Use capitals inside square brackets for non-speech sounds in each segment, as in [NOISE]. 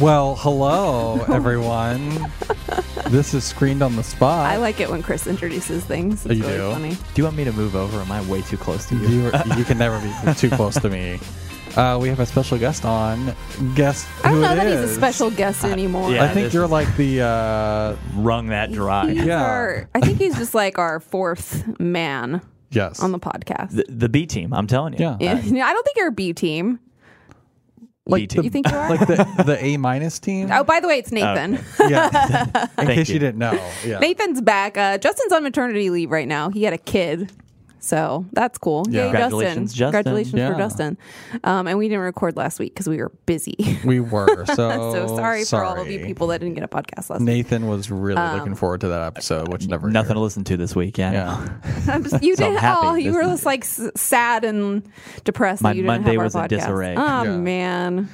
Well, hello, everyone. this is Screened on the Spot. I like it when Chris introduces things. Oh, It's you really do? funny. Do Oh, you want me to move over? Am I way too close to you? you, are- you can never [LAUGHS] be too close to me. Uh, we have a special guest on. Guest I don't who know it that he's a is. special guest anymore. yeah. I think this you're is- like the. Uh, Wrung that dry. He's Yeah. our- I think he's just like our fourth man yes. on the podcast. The, the B team, I'm telling you. Yeah. yeah. [LAUGHS] I don't think you're a B team. B like team. You think you [LAUGHS] are? like the, the A minus team. [LAUGHS] oh, by the way, it's Nathan. Yeah. In case you. you. didn't know. Yeah. Nathan's back. Uh, Justin's on maternity leave right now. He had a kid. So that's cool. Yeah. Yay, Congratulations, Justin. Congratulations Yeah. for Justin. Um, and we didn't record last week because we were busy. [LAUGHS] we were. So, so sorry, for all of you Oh, sorry. people Um, that didn't get a podcast last week. Nathan was really looking forward to that episode, which never Nothing here. to listen to this week. Yeah. Yeah. I'm just, you So I'm did happy oh, you this were is- just like s- sad and depressed. My that you didn't Monday have our was in podcast. disarray. Oh Yeah. man,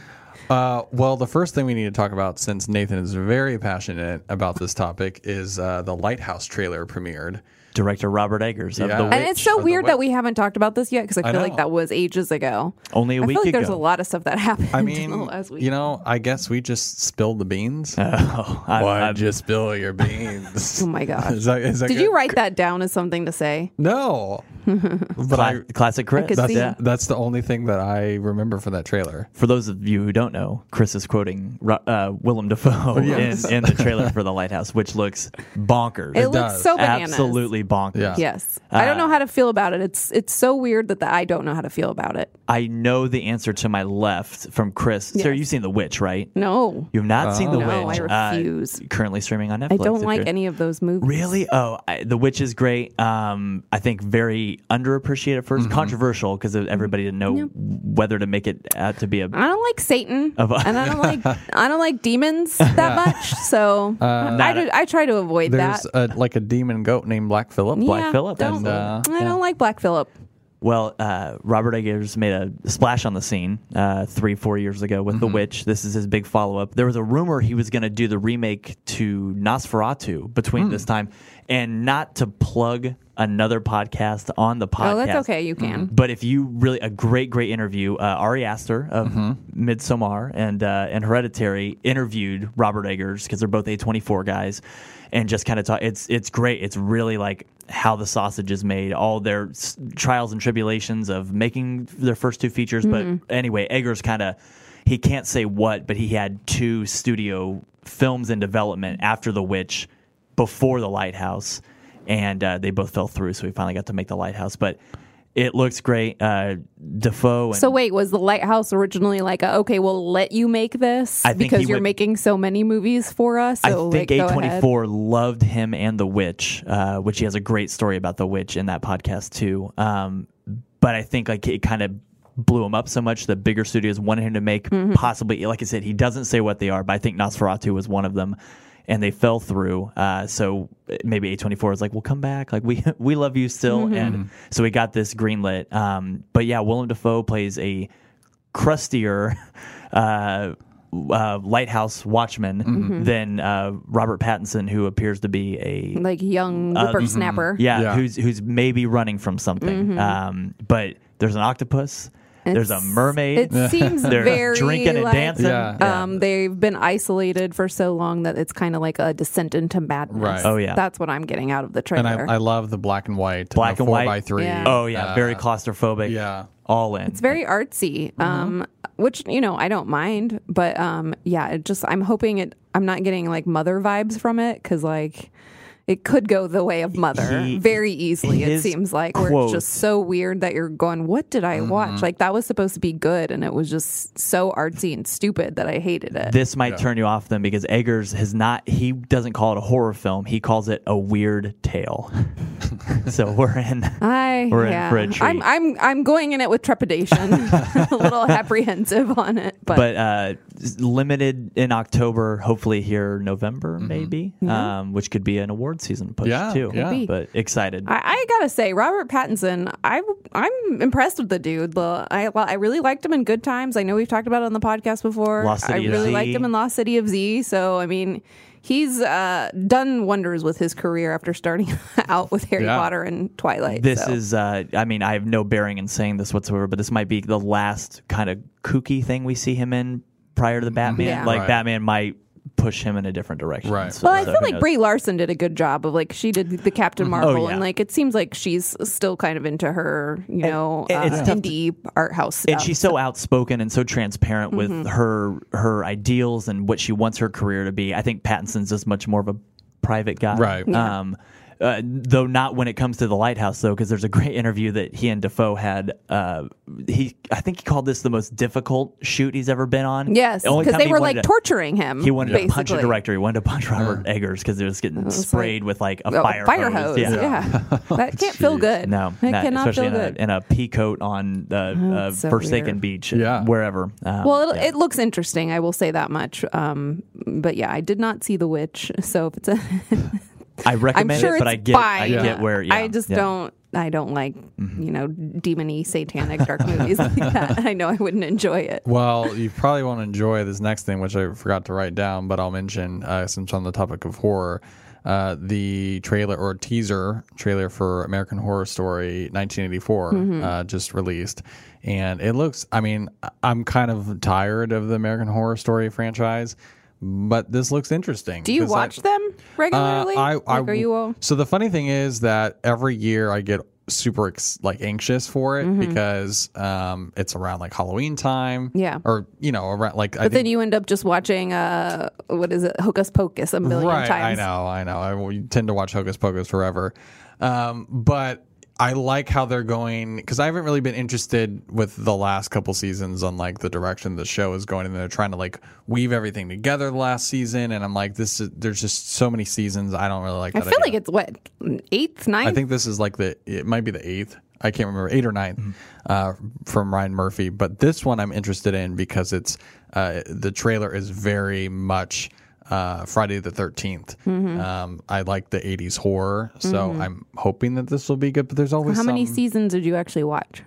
Uh, well, the first thing we need to talk about, since Nathan is very passionate about this topic, is uh, the Lighthouse trailer premiered. Director Robert Eggers of Yeah. The And Witch. and it's so or the weird witch. that we haven't talked about this yet because I I feel know. like that was ages ago. Only a I week feel like there's ago. a lot of stuff that [LAUGHS] happened. I in the mean, last week. you know, I guess we just spilled the beans. [LAUGHS] oh, I, Why'd I, you spill [LAUGHS] your beans? oh my gosh, Is that- is that did good? you write that down as something to say? [LAUGHS] No. but I, cla- classic Chris. could that's, see. yeah. that's the only thing that I remember from that trailer. For those of you who don't know, Chris is quoting Ro- uh, Willem Dafoe Oh, yes. in, in the [LAUGHS] trailer for The Lighthouse, which looks bonkers. It, looks does. so bananas. Absolutely Uh, bonkers. Yeah. Yes, I don't know how to feel about it. It's it's so weird that the, I don't know how to feel about it. I know the answer to my left from Chris. Sarah, you've seen The Witch, right? No, You've not seen The No, Witch. I uh, refuse. currently streaming on Netflix. I don't if like you're- any of those movies. Really? Oh, I, The Witch is great. Um, I think very underappreciated at 1st controversial because everybody didn't know whether to make it out to be a. I don't like Satan, Of- and I don't [LAUGHS] like I don't like demons that much. So Uh, I, do- I try to avoid that. There's a, like a demon goat named Black Phillip. Black yeah, Phillip don't- and, uh, I yeah. don't like Black Phillip. Well, uh, Robert Eggers made a splash on the scene uh, three, four years ago with The Witch. This is his big follow up. There was a rumor he was going to do the remake to Nosferatu between this time, and not to plug another podcast on the podcast. Mm-hmm. Oh, that's okay. You can. But if you really a great great interview, uh, Ari Aster of Midsommar and uh, and Hereditary interviewed Robert Eggers because they're both A24 guys, and just kind of talk. It's it's great. It's really like how the sausage is made, all their s- trials and tribulations of making their first two features. But anyway, Eggers kind of he can't say what, but he had two studio films in development after The Witch, before The Lighthouse. And uh, they both fell through, so we finally got to make the lighthouse. But it looks great. Uh, Defoe. And So wait, was the Lighthouse originally like a, okay? We'll let you make this I think because he you're would- making so many movies for us. I So think like, go ahead. A24 loved him and The Witch, uh, which he has a great story about The Witch in that podcast too. Um, but I think like it kind of blew him up so much that bigger studios wanted him to make Mm-hmm. possibly, like I said, he doesn't say what they are, but I think Nosferatu was one of them. And they fell through, uh, so maybe A24 is like, "We'll come back. Like we [LAUGHS] we love you still." Mm-hmm. And so we got this greenlit. Um, but yeah, Willem Dafoe plays a crustier [LAUGHS] uh, uh, lighthouse watchman Mm-hmm. than uh, Robert Pattinson, who appears to be a Like young whippersnapper. Uh, mm-hmm. yeah, Yeah. who's who's maybe running from something. Um, but there's an octopus. there's a Mm-hmm. It's- mermaid. It seems [LAUGHS] They're very drinking and like, dancing. Yeah. Um, they've been isolated for so long that it's kind of like a descent into madness. Right. Oh, yeah. that's what I'm getting out of the And trailer. I, I love the black and white. Black the and four white. by three. Yeah. oh yeah, Uh, very claustrophobic. yeah. all in. It's very artsy, Uh-huh. um, which you know I don't mind, but um, yeah, it just I'm hoping it. I'm not getting like mother vibes from it because like it could go the way of mother He- very easily. It his seems like where it's quote- Mm-hmm. just so weird that you're going, what did I watch? Like that was supposed to be good, and it was just so artsy and stupid that I hated it. this might turn you off then because Eggers has not he doesn't call it a horror film he calls it a weird tale so we're in I We're in yeah. for a treat. I'm I'm I'm going in it with trepidation, [LAUGHS] a little apprehensive on it, but, but uh, s- limited in October, hopefully here November, maybe, um, which could be an award season Mm-hmm. push Yeah, too. Could yeah. be. But excited. I, I gotta say, Robert Pattinson, I I'm impressed with the dude. The- I I really liked him in Good Times. I know we've talked about it on the podcast before. Lost I City of really Z. liked him in Lost City of Z. So I mean, he's uh, done wonders with his career after starting [LAUGHS] out with Harry Yeah. Potter and Twilight. this so. is, uh, I mean, I have no bearing in saying this whatsoever, but this might be the last kind of kooky thing we see him in prior to the Batman. Yeah. Like Mm-hmm. Right. Batman might push him in a different direction. Right. Well, I so feel who like knows? Brie Larson did a good job of like she did the Captain Marvel, Mm-hmm. Oh, yeah. and like it seems like she's still kind of into her, you know, and it's uh, tough to- indie art house stuff. and she's so outspoken and so transparent with her her ideals and what she wants her career to be. I think Pattinson's just much more of a private guy, Right. Yeah. Um, uh, though not when it comes to the lighthouse, though, because there's a great [LAUGHS] interview that he and Defoe had. Uh, he, I think he called this the most difficult shoot he's ever been on. yes, The only because time they he were wanted like to- torturing him. He wanted to punch a basically. director. He wanted to punch Robert Eggers because it was getting sprayed with like a Oh, fire, hose. Yeah, [LAUGHS] that can't feel good. No, it not- cannot especially feel in a, good. in a pea coat on the uh, that's so Forsaken weird. Beach, Yeah. wherever. Um, well, it, yeah. it looks interesting. I will say that much. Um, but yeah, I did not see The Witch, so if [LAUGHS] it's a, I I'm recommend sure it, it's but I get, fine. I get where. Yeah, I just yeah. Mm-hmm. don't. I don't like you know demony satanic [LAUGHS] dark movies like that. I know I wouldn't enjoy it. Well, you probably won't enjoy this next thing, which I forgot to write down, but I'll mention uh, since on the topic of horror. Uh, the trailer or teaser trailer for American Horror Story 1984 Mm-hmm. uh, just released, and it looks. I mean, I- I'm kind of tired of the American Horror Story franchise, but this looks interesting. Do you 'cause I- watch them regularly? uh, I, I, like, are you all? So the funny thing is that every year I get super ex- like anxious for it Mm-hmm. because um, it's around like Halloween time. Yeah. Or you know around like I But then think. you end up just watching uh, what is it, Hocus Pocus, a million Right, I times. know, I know. I we tend to watch Hocus Pocus forever, um, but I like how they're going because I haven't really been interested with the last couple seasons on like the direction the show is going, and they're trying to like weave everything together last season, and I'm like, this is there's just so many seasons. I don't really like. I that feel idea. like it's what eighth, ninth. I think this is like the it might be the eighth. I can't remember eight or 9 Mm-hmm. uh, from Ryan Murphy, but this one I'm interested in because it's uh, the trailer is very much uh, Friday the 13th. Mm-hmm. Um, I like the 80s horror, so I'm hoping that this will be good. But there's always How many some- seasons did you actually watch?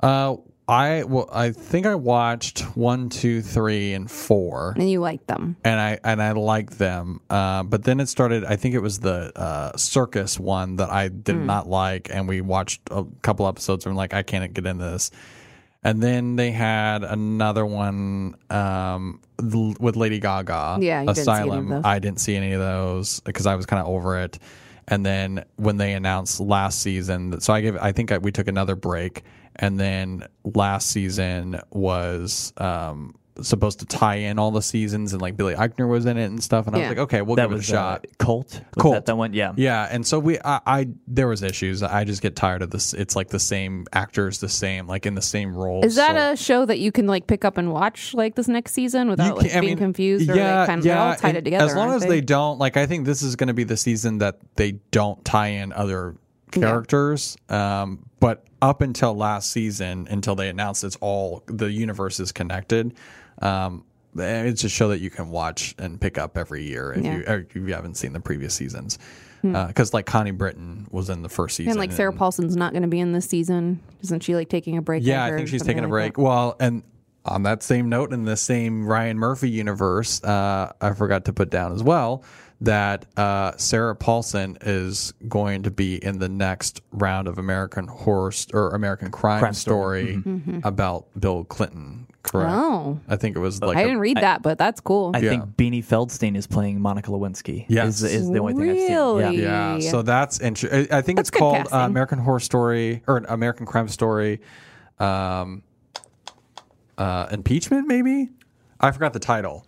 Uh, I well, I think I watched one, two, three, and four And you liked them? and I and I liked them. Uh, but then it started. I think it was the uh, circus one that I did Hmm. not like, and we watched a couple episodes. And I'm like, I can't get into this. And then they had another one um, th- with Lady Gaga, Yeah, you didn't see any of Asylum. those. I didn't see any of those because I was kind of over it. And then when they announced last season, so I give, I think I, we took another break, and then last season was um, supposed to tie in all the seasons, and like Billy Eichner was in it and stuff, and I Yeah. was like, okay, we'll That give was it a shot. shot. Colt. Was Colt. That, that one. Yeah. Yeah, and so we, I, I, there was issues. I just get tired of this. It's like the same actors, the same, like in the same role. Is that a show that you can like pick up and watch like this next season without like being confused or like kind of they're all tied and it together? As long aren't as they? don't, like, I think this is going to be the season that they don't tie in other characters. Um, but up until last season, until they announced it's all the universe is connected. Um, it's a show that you can watch and pick up every year if Yeah. Hmm. you or if you haven't seen the previous seasons. Because like Connie Britton was in the first season, and like Sarah Paulson's not going to be in this season, isn't she? Like taking a break. Yeah, like, I or think she's something taking a like break. that? Well, and on that same note, in the same Ryan Murphy universe, uh, I forgot to put down as well that uh, Sarah Paulson is going to be in the next round of American Horror St- or American Crime, Crime Story, about Bill Clinton. Correct. Oh. I think it was like I a- didn't read that, but that's cool. I Yeah. think Beanie Feldstein is playing Monica Lewinsky. Yes. Is, is the only thing I've seen. Really? Yeah. Yeah, so that's interesting. I think it's That's good called casting. uh, American Horror Story or American Crime Story, um, uh, impeachment. Maybe I forgot the title,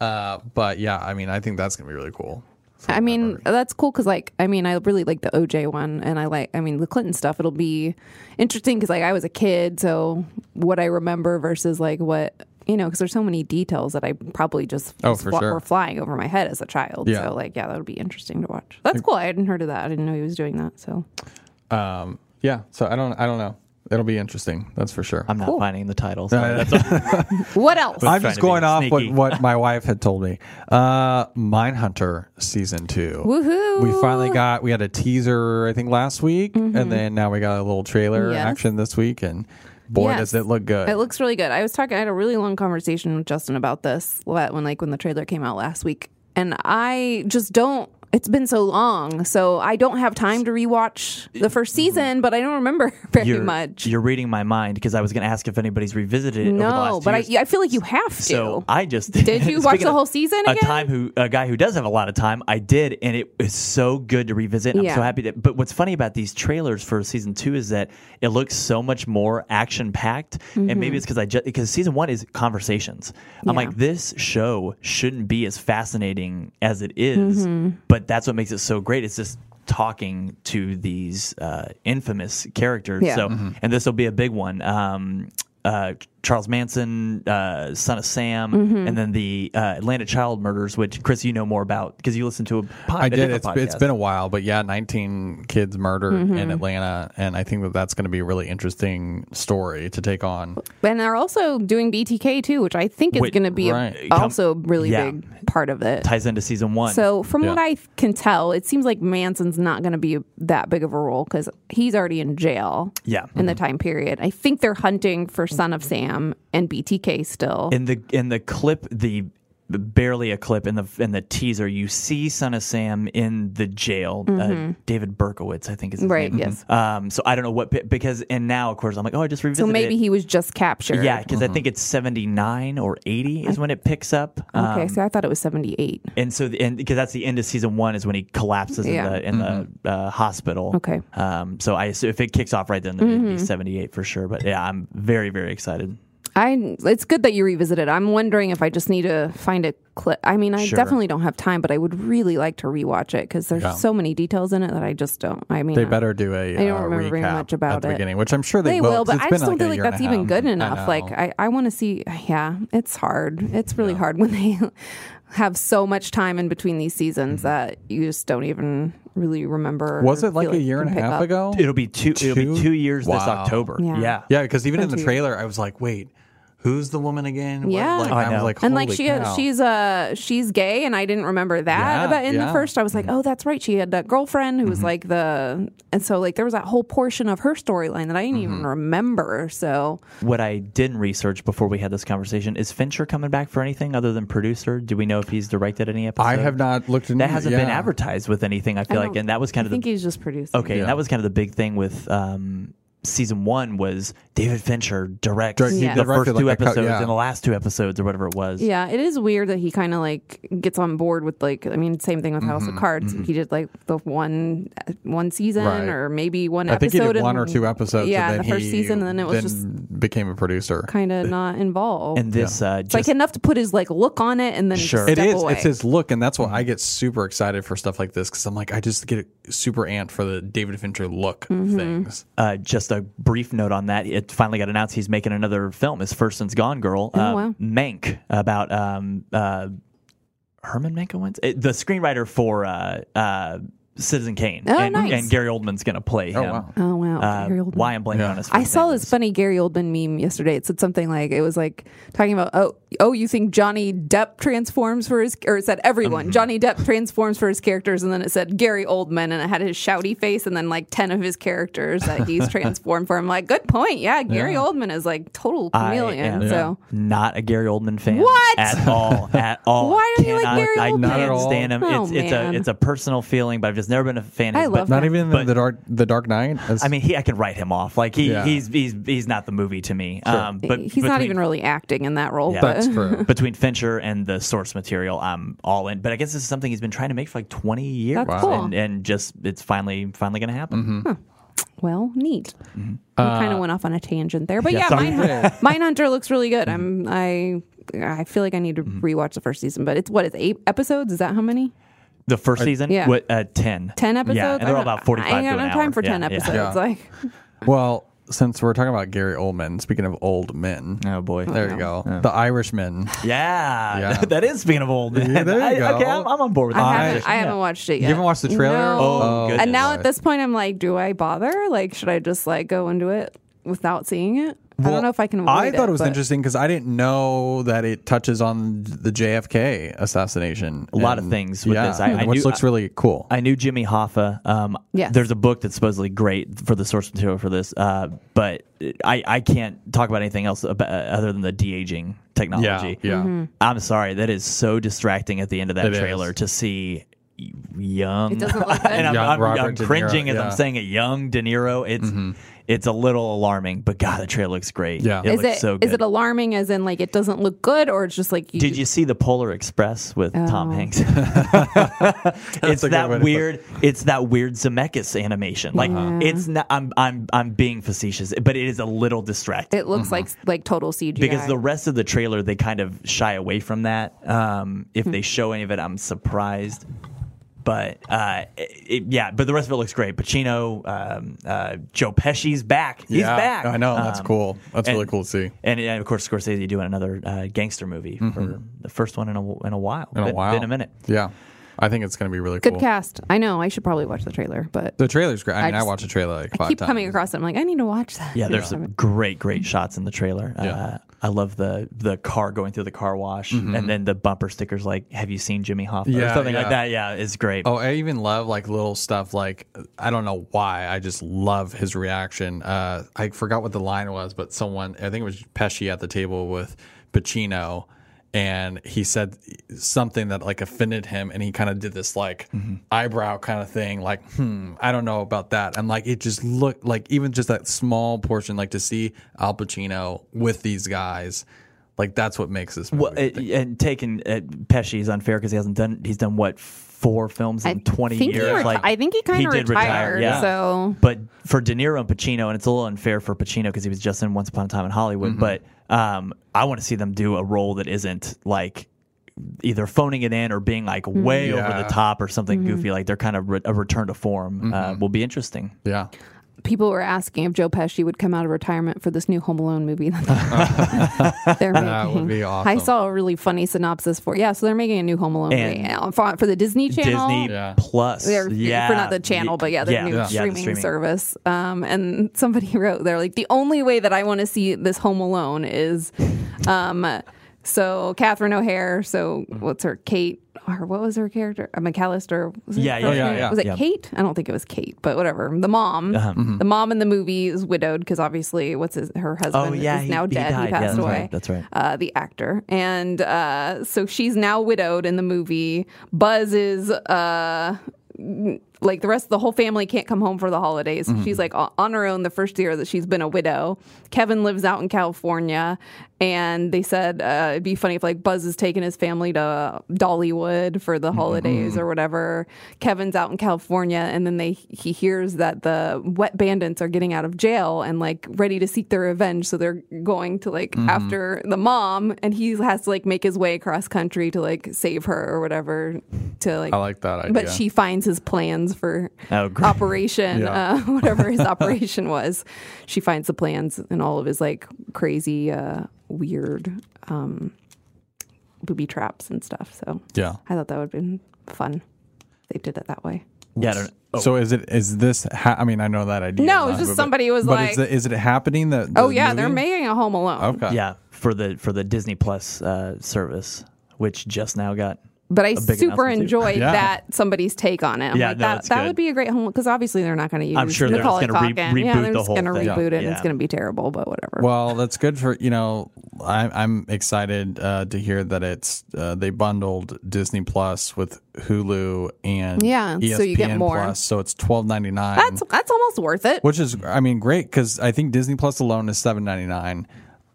uh, but yeah, I mean, I think that's gonna be really cool. I mean, that's cool because, like, I mean, I really like the OJ one, and I like, I mean, the Clinton stuff. It'll be interesting because, like, I was a kid, so what I remember versus like what you know, because there's so many details that I probably just Oh, just for wa- sure. were flying over my head as a child. Yeah. So, like, yeah, that would be interesting to watch. That's cool. I hadn't heard of that. I didn't know he was doing that. So, Um, yeah, so I don't, I don't know. It'll be interesting. That's for sure. [LAUGHS] I'm not finding the titles. what else? I'm trying just to be going off what, sneaky. what my wife had told me. Uh, Mindhunter season two. Woohoo. We finally got we had a teaser I think last week, and then now we got a little trailer Mm-hmm. Yes. action this week, and boy Yes. does it look good. It looks really good. I was talking. I had a really long conversation with Justin about this la- when, like, when the trailer came out last week, and I just don't. it's been so long, so I don't have time to rewatch the first season, but I don't remember [LAUGHS] very Mm-hmm. you're, much. You're reading my mind because I was going to ask if anybody's revisited it over the no, last but two I, years. I feel like you have to. So I just Did [LAUGHS] you watch Speaking the of whole season A again? time who a guy who does have a lot of time. I did, and it is so good to revisit. and I'm Yeah. so happy to. But what's funny about these trailers for season two is that it looks so much more action packed, and maybe it's because I just because season one is conversations. I'm Mm-hmm. Yeah. like this show shouldn't be as fascinating as it is, Mm-hmm. but that's what makes it so great. It's just talking to these uh, infamous characters. Yeah. So Mm-hmm. and this will be a big one. Um, uh, Charles Manson, uh, Son of Sam, Mm-hmm. and then the uh, Atlanta child murders, which Chris, you know more about because you listen to a, pod- I a did. different It's, podcast. it's been a while, but yeah, 19 kids murdered Mm-hmm. in Atlanta, and I think that that's going to be a really interesting story to take on. and they're also doing BTK too, which I think is Wait, going to be a- right. Come- also a really yeah. big part of it. ties into season one. So from Yeah. what I can tell, it seems like Manson's not going to be that big of a role because he's already in jail. Yeah. in the time period, I think they're hunting for Son of Sam and BTK still. Mm-hmm. in the in the clip the barely a clip in the in the teaser you see son of sam in the jail uh, david berkowitz i think is his Mm-hmm. Right, name. yes. um so i don't know what pi- because and now of course i'm like oh i just so revisited maybe it. he was just captured. yeah because i think it's 79 or 80 is when it picks up Um, Okay, so I thought it was seventy-eight. and so the, and because that's the end of season one is when he collapses Yeah. in the in the uh, hospital. Okay. Mm-hmm. Um. So I so if it kicks off right then, then it'd be seventy eight for sure. But yeah, I'm very very excited. I it's good that you revisited. I'm wondering if I just need to find a clip. I mean, I Sure. definitely don't have time, but I would really like to rewatch it because there's Yeah. so many details in it that I just don't. I mean, They I- better do a I don't uh, remember very recap much about at the it. beginning, which I'm sure they, They will, 'cause but it's I been just don't feel a like year and that's a even half. good I enough. Like know. I, I want to see. Yeah, it's hard. It's really hard when they [LAUGHS] have so much time in between these seasons that you just don't even really remember. Mm-hmm. was or it like feel a you year and a can pick half up. ago? It'll be two. It'll be Two? two years this Wow. October. Yeah. Yeah, because even in the Thank you. trailer, I was like, wait, who's the woman again? What- Yeah. like, I I, was know. like, And like holy she cow. she's uh she's gay and I didn't remember that Yeah, about in yeah. Mm-hmm. the first I was like oh that's right she had that girlfriend who was like the and so like there was that whole portion of her storyline that I didn't Mm-hmm. even remember so What I didn't research before we had this conversation is Fincher coming back for anything other than producer. Do we know if he's directed any episodes? I have not looked into That hasn't been yeah. advertised with anything. I I feel like, don't- and that was I kind of the think he's just producing Okay, Yeah. and that was kind of the big thing with um, season one was David Fincher directs Direct- he Yeah. the directed first like two a cou- episodes yeah. and the last two episodes or whatever it was. Yeah, it is weird that he kind of like gets on board with like I mean, same thing with House Mm-hmm, of Cards. He did like the one one season Right. or maybe one I think episode. he did and- one or two episodes. Yeah, and then the first he season, and then it was just became a producer. kind of not involved. And this, uh, it's just, like enough to put his like look on it and then Sure. It step is. Away. Mm-hmm. It's his look, and that's why I get super excited for stuff like this because I'm like, I just get super amped for the David Fincher look Mm-hmm. things. uh, just a brief note on that. It finally got announced he's making another film, his first since Gone Girl, uh, Oh, wow. Mank, about um, uh, Herman Mankiewicz, It- the screenwriter for uh, uh, Citizen Kane, Oh, and, nice. and Gary Oldman's going to play him. wow. oh wow, Uh, Gary Oldman. why I'm blanking Yeah. on his. I first saw name this is- funny Gary Oldman meme yesterday. It said something like it was like talking about oh oh you think Johnny Depp transforms for his or it said Mm-hmm. everyone Johnny Depp transforms for his characters and then it said Gary Oldman and it had his shouty face and then like ten of his characters that [LAUGHS] he's transformed for. I'm like good point. Yeah, Gary Oldman is like total I chameleon. am so not a Gary Oldman fan. What? At all. [LAUGHS] At all. Why don't you like Cannot- Gary I Oldman? Not at can't all. stand him. Oh, it's it's man. a it's a personal feeling, but I've just never been a fan. of I his, love but, Not even But- the dark, the Dark Knight. [LAUGHS] I mean, he I can write him off. Like he Yeah. he's he's he's not the movie to me. Um, but he's not between- even [LAUGHS] really acting in that role. Yeah. but that's true. between Fincher and the source material, I'm all in. But I guess this is something he's been trying to make for like 20 years, That's Wow. cool. and and just it's finally finally going to happen. Mm-hmm. well, neat. I kind of went off on a tangent there, but Mm-hmm. Uh, Yeah, yeah, [LAUGHS] sorry. Mm-hmm. Mine, Mindhunter looks really good. I'm I I feel like I need to rewatch the first season, but it's what it's eight episodes. Is that how many? The first season, yeah. what uh, 10, Ten episodes. Yeah, and I they're all don't- about 45 I ain't to got an no time hour. for ten Yeah, yeah. episodes. Yeah. Like well, since we're talking about Gary Oldman, speaking of old men, Oh boy, there you go. The Irishman. [LAUGHS] yeah, Yeah. [LAUGHS] that is speaking of old. Yeah, there you I- go. Okay, I'm, I'm on board with I that. haven't, I haven't watched it yet. You haven't watched the trailer? No. Oh, goodness. and now at this point, I'm like, do I bother? Like, should I just like go into it without seeing it? I Well, don't know if I can. I avoid thought it was but- interesting because I didn't know that it touches on the JFK assassination. A lot of things with this. I- I which knew- looks really cool. I knew Jimmy Hoffa. Um, Yes. There's a book that's supposedly great for the source material for this, uh, but I, I can't talk about anything else about, other than the de aging technology. Mm-hmm. Yeah, yeah. Mhm. I'm sorry, that is so distracting at the end of that It trailer is. to see young. It doesn't look good. [LAUGHS] and I'm, Young I'm- Robert I'm De Niro, cringing as yeah. Mm-hmm. I'm saying it. Young De Niro. It's it's a little alarming, but God, the trailer looks great. Yeah. it Is looks it so good. is it alarming as in like it doesn't look good or it's just like you, Did you see the Polar Express with Tom Oh. [LAUGHS] Hanks? it's a good way to that put it. weird. It's that weird Zemeckis animation. Like Yeah. it's not. I'm I'm I'm being facetious, but it is a little distracting it looks like like total CGI Mm-hmm. because the rest of the trailer they kind of shy away from that. Um, Hmm. if they show any of it, I'm surprised. But uh, it, it- yeah, but the rest of it looks great. Pacino, um, uh, Joe Pesci's back. He's Yeah, back. I know. That's Um, cool. That's and- really cool to see. and, and of course, Scorsese doing another uh, gangster movie for the first one in a in a while. Mm-hmm. In a Been- while. been a minute. Oh, Yeah. I think it's going to be really good cool. cast. I know I should probably watch the trailer, but The trailer's great. I mean, I, just- watch a trailer like I five keep times. coming across it. I'm like I need to watch that. Yeah, there's some great, great shots in the trailer. Yeah. Uh, I love the the car going through the car wash, and then the bumper stickers like "Have you seen Jimmy Hoffa?" Mm-hmm. Yeah, or something yeah. like that. Yeah, it's great. Oh, I even love like little stuff like I don't know why I just love his reaction. Uh, I forgot what the line was, but someone I think it was Pesci at the table with Pacino, and he said something that like offended him, and he kind of did this like eyebrow kind of thing, like hmm, I don't know about that, and like it just looked like even just that small portion, like to see Al Pacino with these guys, like that's what makes this movie. Well, it, and taking uh, Pesci is unfair because he hasn't done. He's done what four films in twenty think he years. reti- I think he kinda did retired, so- but for De Niro and Pacino, and it's a little unfair for Pacino because he was just in Once Upon a Time in Hollywood. Mm-hmm. But um, I want to see them do a role that isn't like either phoning it in or being like Mm-hmm. way over Yeah. the top or something goofy. Like they're kind of re- a return to form uh, will be interesting. yeah. people were asking if Joe Pesci would come out of retirement for this new Home Alone movie. [LAUGHS] [LAUGHS] That they're making. That would be awesome. I saw a really funny synopsis for yeah. So they're making a new Home Alone And- movie uh, for, for the Disney Channel. Disney Yeah. Plus, They're, yeah, for not the channel, but yeah, their new the streaming, service. Um, and somebody [LAUGHS] wrote, they're like, the only way that I want to see this Home Alone is, um, so Catherine O'Hare. So what's her Kate or what was her character? Uh, McAllister. Was it Yeah, her yeah, yeah, name? yeah, Was it yeah. Uh-huh. Mm-hmm. Kate? I don't think it was Kate, but whatever. The mom, the mom in the movie is widowed because obviously, what's his, her husband Oh yeah, is he- now he dead. died. He Yeah, passed that's away. right, that's right. Uh, the actor, and uh, so she's now widowed in the movie. Buzz is uh, like the rest of the whole family can't come home for the holidays. She's like o- on her own the first year that she's been a widow. Kevin lives out in California, and they said uh, it'd be funny if like Buzz is taking his family to Dollywood for the holidays or whatever. Kevin's out in California, and then they he hears that the wet bandits are getting out of jail and like ready to seek their revenge, so they're going to like after the mom, and he has to like make his way across country to like save her or whatever to like I like that idea. but she finds his plans [LAUGHS] for Oh, great. operation, Yeah. uh, [LAUGHS] whatever [LAUGHS] his operation was. She finds the plans and all of his like crazy, uh, weird um, booby traps and stuff. So yeah. I thought that would have been fun. if They did it that way. Yeah, I don't, oh, So is it is this? Ha- I mean, I know that idea. No, is it's not- just but- somebody was but like- is, the, is it happening? The, Oh the yeah, movie? they're making a Home Alone, Okay. yeah for the for the Disney Plus uh, service, which just now got. but I A big super announcement, too. enjoyed Yeah. that somebody's take on it. I'm Yeah, like, no, that it's that good. would be a great Home because obviously they're not going to use. I'm sure they're just Macaulay gonna re- Culkin. Yeah, reboot they're the just whole gonna thing. reboot it, and it's Yeah. going to be terrible. But whatever. Well, that's good for you know. I'm I'm excited uh, to hear that it's uh, they bundled Disney Plus with Hulu and E Yeah, ESPN so you get more. Plus, so it's twelve ninety nine. that's um, that's almost worth it. which is I mean great because I think Disney Plus alone is seven ninety nine.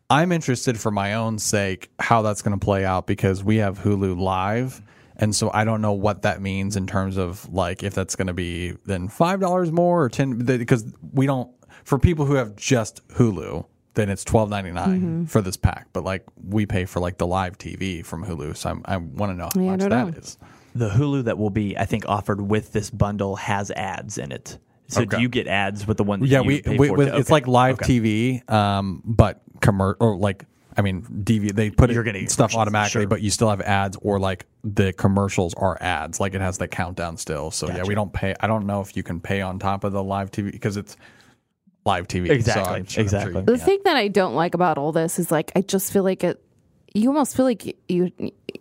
I'm interested for my own sake how that's going to play out because we have Hulu Live, and so I don't know what that means in terms of like if that's going to be then five dollars more or ten because we don't for people who have just Hulu. Then it's twelve ninety Mm-hmm. for this pack, but like we pay for like the live TV from Hulu, so I'm, I want to know how Yeah, I much don't that is. know. The Hulu that will be, I think, offered with this bundle has ads in it. So do Okay. you get ads with the one? That Yeah, you we, pay we for with, too? it's Okay. like live TV, um, but commercial or like I mean, DV they put You're it gonna get stuff commercials, automatically, sure. but you still have ads or like the commercials are ads, like it has the countdown still. So yeah, we don't pay. I don't know if you can pay on top of the live TV because it's live TV. so Exactly, I'm sure- I'm sure you exactly. The thing that I don't like about all this is like I just feel like it. You almost feel like you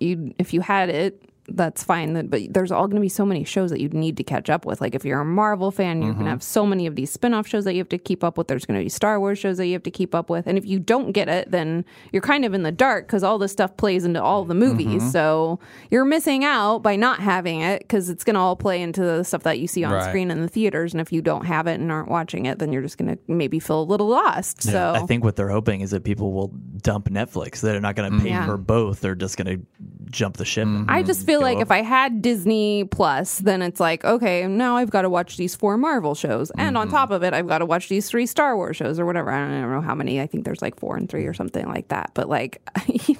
you if you had it, that's fine. But there's all going to be so many shows that you need to catch up with. Like if you're a Marvel fan, you're going to have so many of these spin off shows that you have to keep up with. There's going to be Star Wars shows that you have to keep up with. And if you don't get it, then you're kind of in the dark because all this stuff plays into all the movies. So you're missing out by not having it because it's going to all play into the stuff that you see on Right. screen in the theaters. And if you don't have it and aren't watching it, then you're just going to maybe feel a little lost. so I think what they're hoping is that people will dump Netflix. They're not going to pay Mm-hmm. Yeah. for both. They're just going to jump the ship. Mm-hmm. I just feel like if I had Disney Plus, then it's like, okay, now I've got to watch these four Marvel shows. And on top of it, I've got to watch these three Star Wars shows or whatever. I don't, I don't know how many. I think there's like four and three or something like that. But like, [LAUGHS]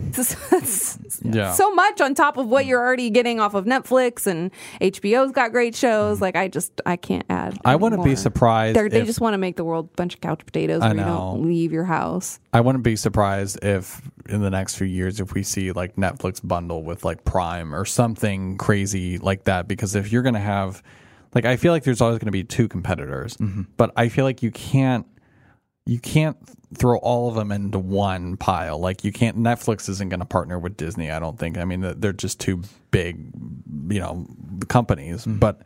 this is Yeah. so much on top of what you're already getting off of Netflix and HBO's got great shows. Like, I just, I can't add. I any wouldn't be more. surprised. They're, they if- just want to make the world a bunch of couch potatoes I where you know. don't leave your house. I wouldn't be surprised if in the next few years if we see like Netflix bundle with like Prime or something crazy like that because if you're going to have like I feel like there's always going to be two competitors but I feel like you can't you can't throw all of them into one pile like you can't Netflix isn't going to partner with Disney I don't think I mean they're just too big you know companies Mm-hmm. but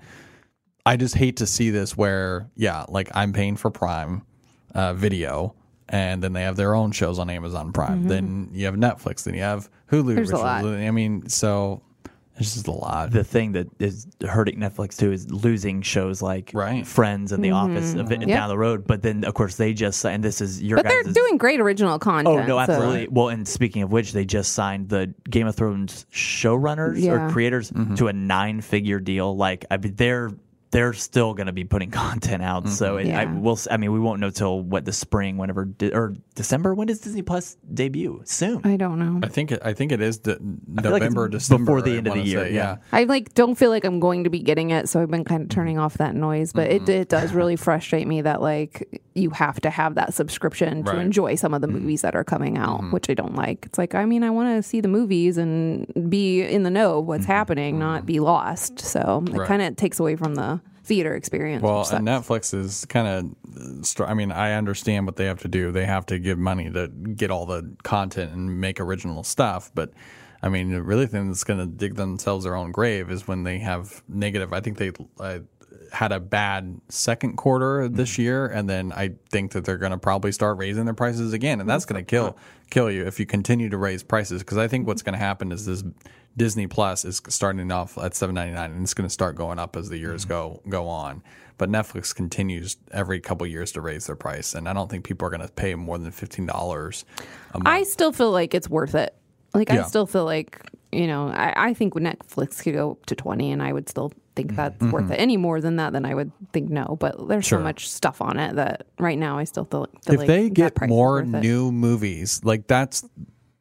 I just hate to see this where, yeah, like I'm paying for Prime uh, Video, and then they have their own shows on Amazon Prime. Mm-hmm. Then you have Netflix. Then you have Hulu. There's a which- lot. I mean, so it's just a lot. the thing that is hurting Netflix too is losing shows like Right. Friends and The Office a bit Mm-hmm. Yeah. down the road. But then, of course, they just and this is your But guys' they're doing great original content. Oh no, so- absolutely. Well, and speaking of which, they just signed the Game of Thrones showrunners Yeah. or creators Mm-hmm. to a nine-figure deal. Like, I mean, they're they're still going to be putting [LAUGHS] content out. So Mm-hmm. it, I Yeah. will. s- I mean, we won't know till what the spring, whenever Di- or December. When does Disney Plus debut? Soon. I don't know. I think it, I think it is the feel like it's November, December before the I end of the wanna year, say, yeah. I like don't feel like I'm going to be getting it, so I've been kind of turning off that noise. But Mm-hmm. it, it does really frustrate me that like you have to have that subscription to Right. Mm-hmm. enjoy some of the movies that are coming out, which I don't like. It's like I mean, I want to see the movies and be in the know of what's happening, not be lost. So it Mm-hmm. Right. kind of takes away from the theater experience. Well, which sucks. and Netflix is kind of. str- I mean, I understand what they have to do. They have to give money to get all the content and make original stuff. But I mean, the really thing that's going to dig themselves their own grave is when they have negative. I think they uh, had a bad second quarter this year, and then I think that they're going to probably start raising their prices again, and that's going to kill kill you if you continue to raise prices. Because I think what's going to happen is this. Disney Plus is starting off at seven ninety nine, and it's going to start going up as the years go go on. But Netflix continues every couple years to raise their price, and I don't think people are going to pay more than fifteen dollars. I still feel like it's worth it. Like Yeah. I still feel like you know I, I think Netflix could go to twenty, and I would still think that's worth it. Any more than that, then I would think no. But there's Mm-hmm. Sure. so much stuff on it that right now I still feel, feel If like they that get price is more worth it. new movies, like that's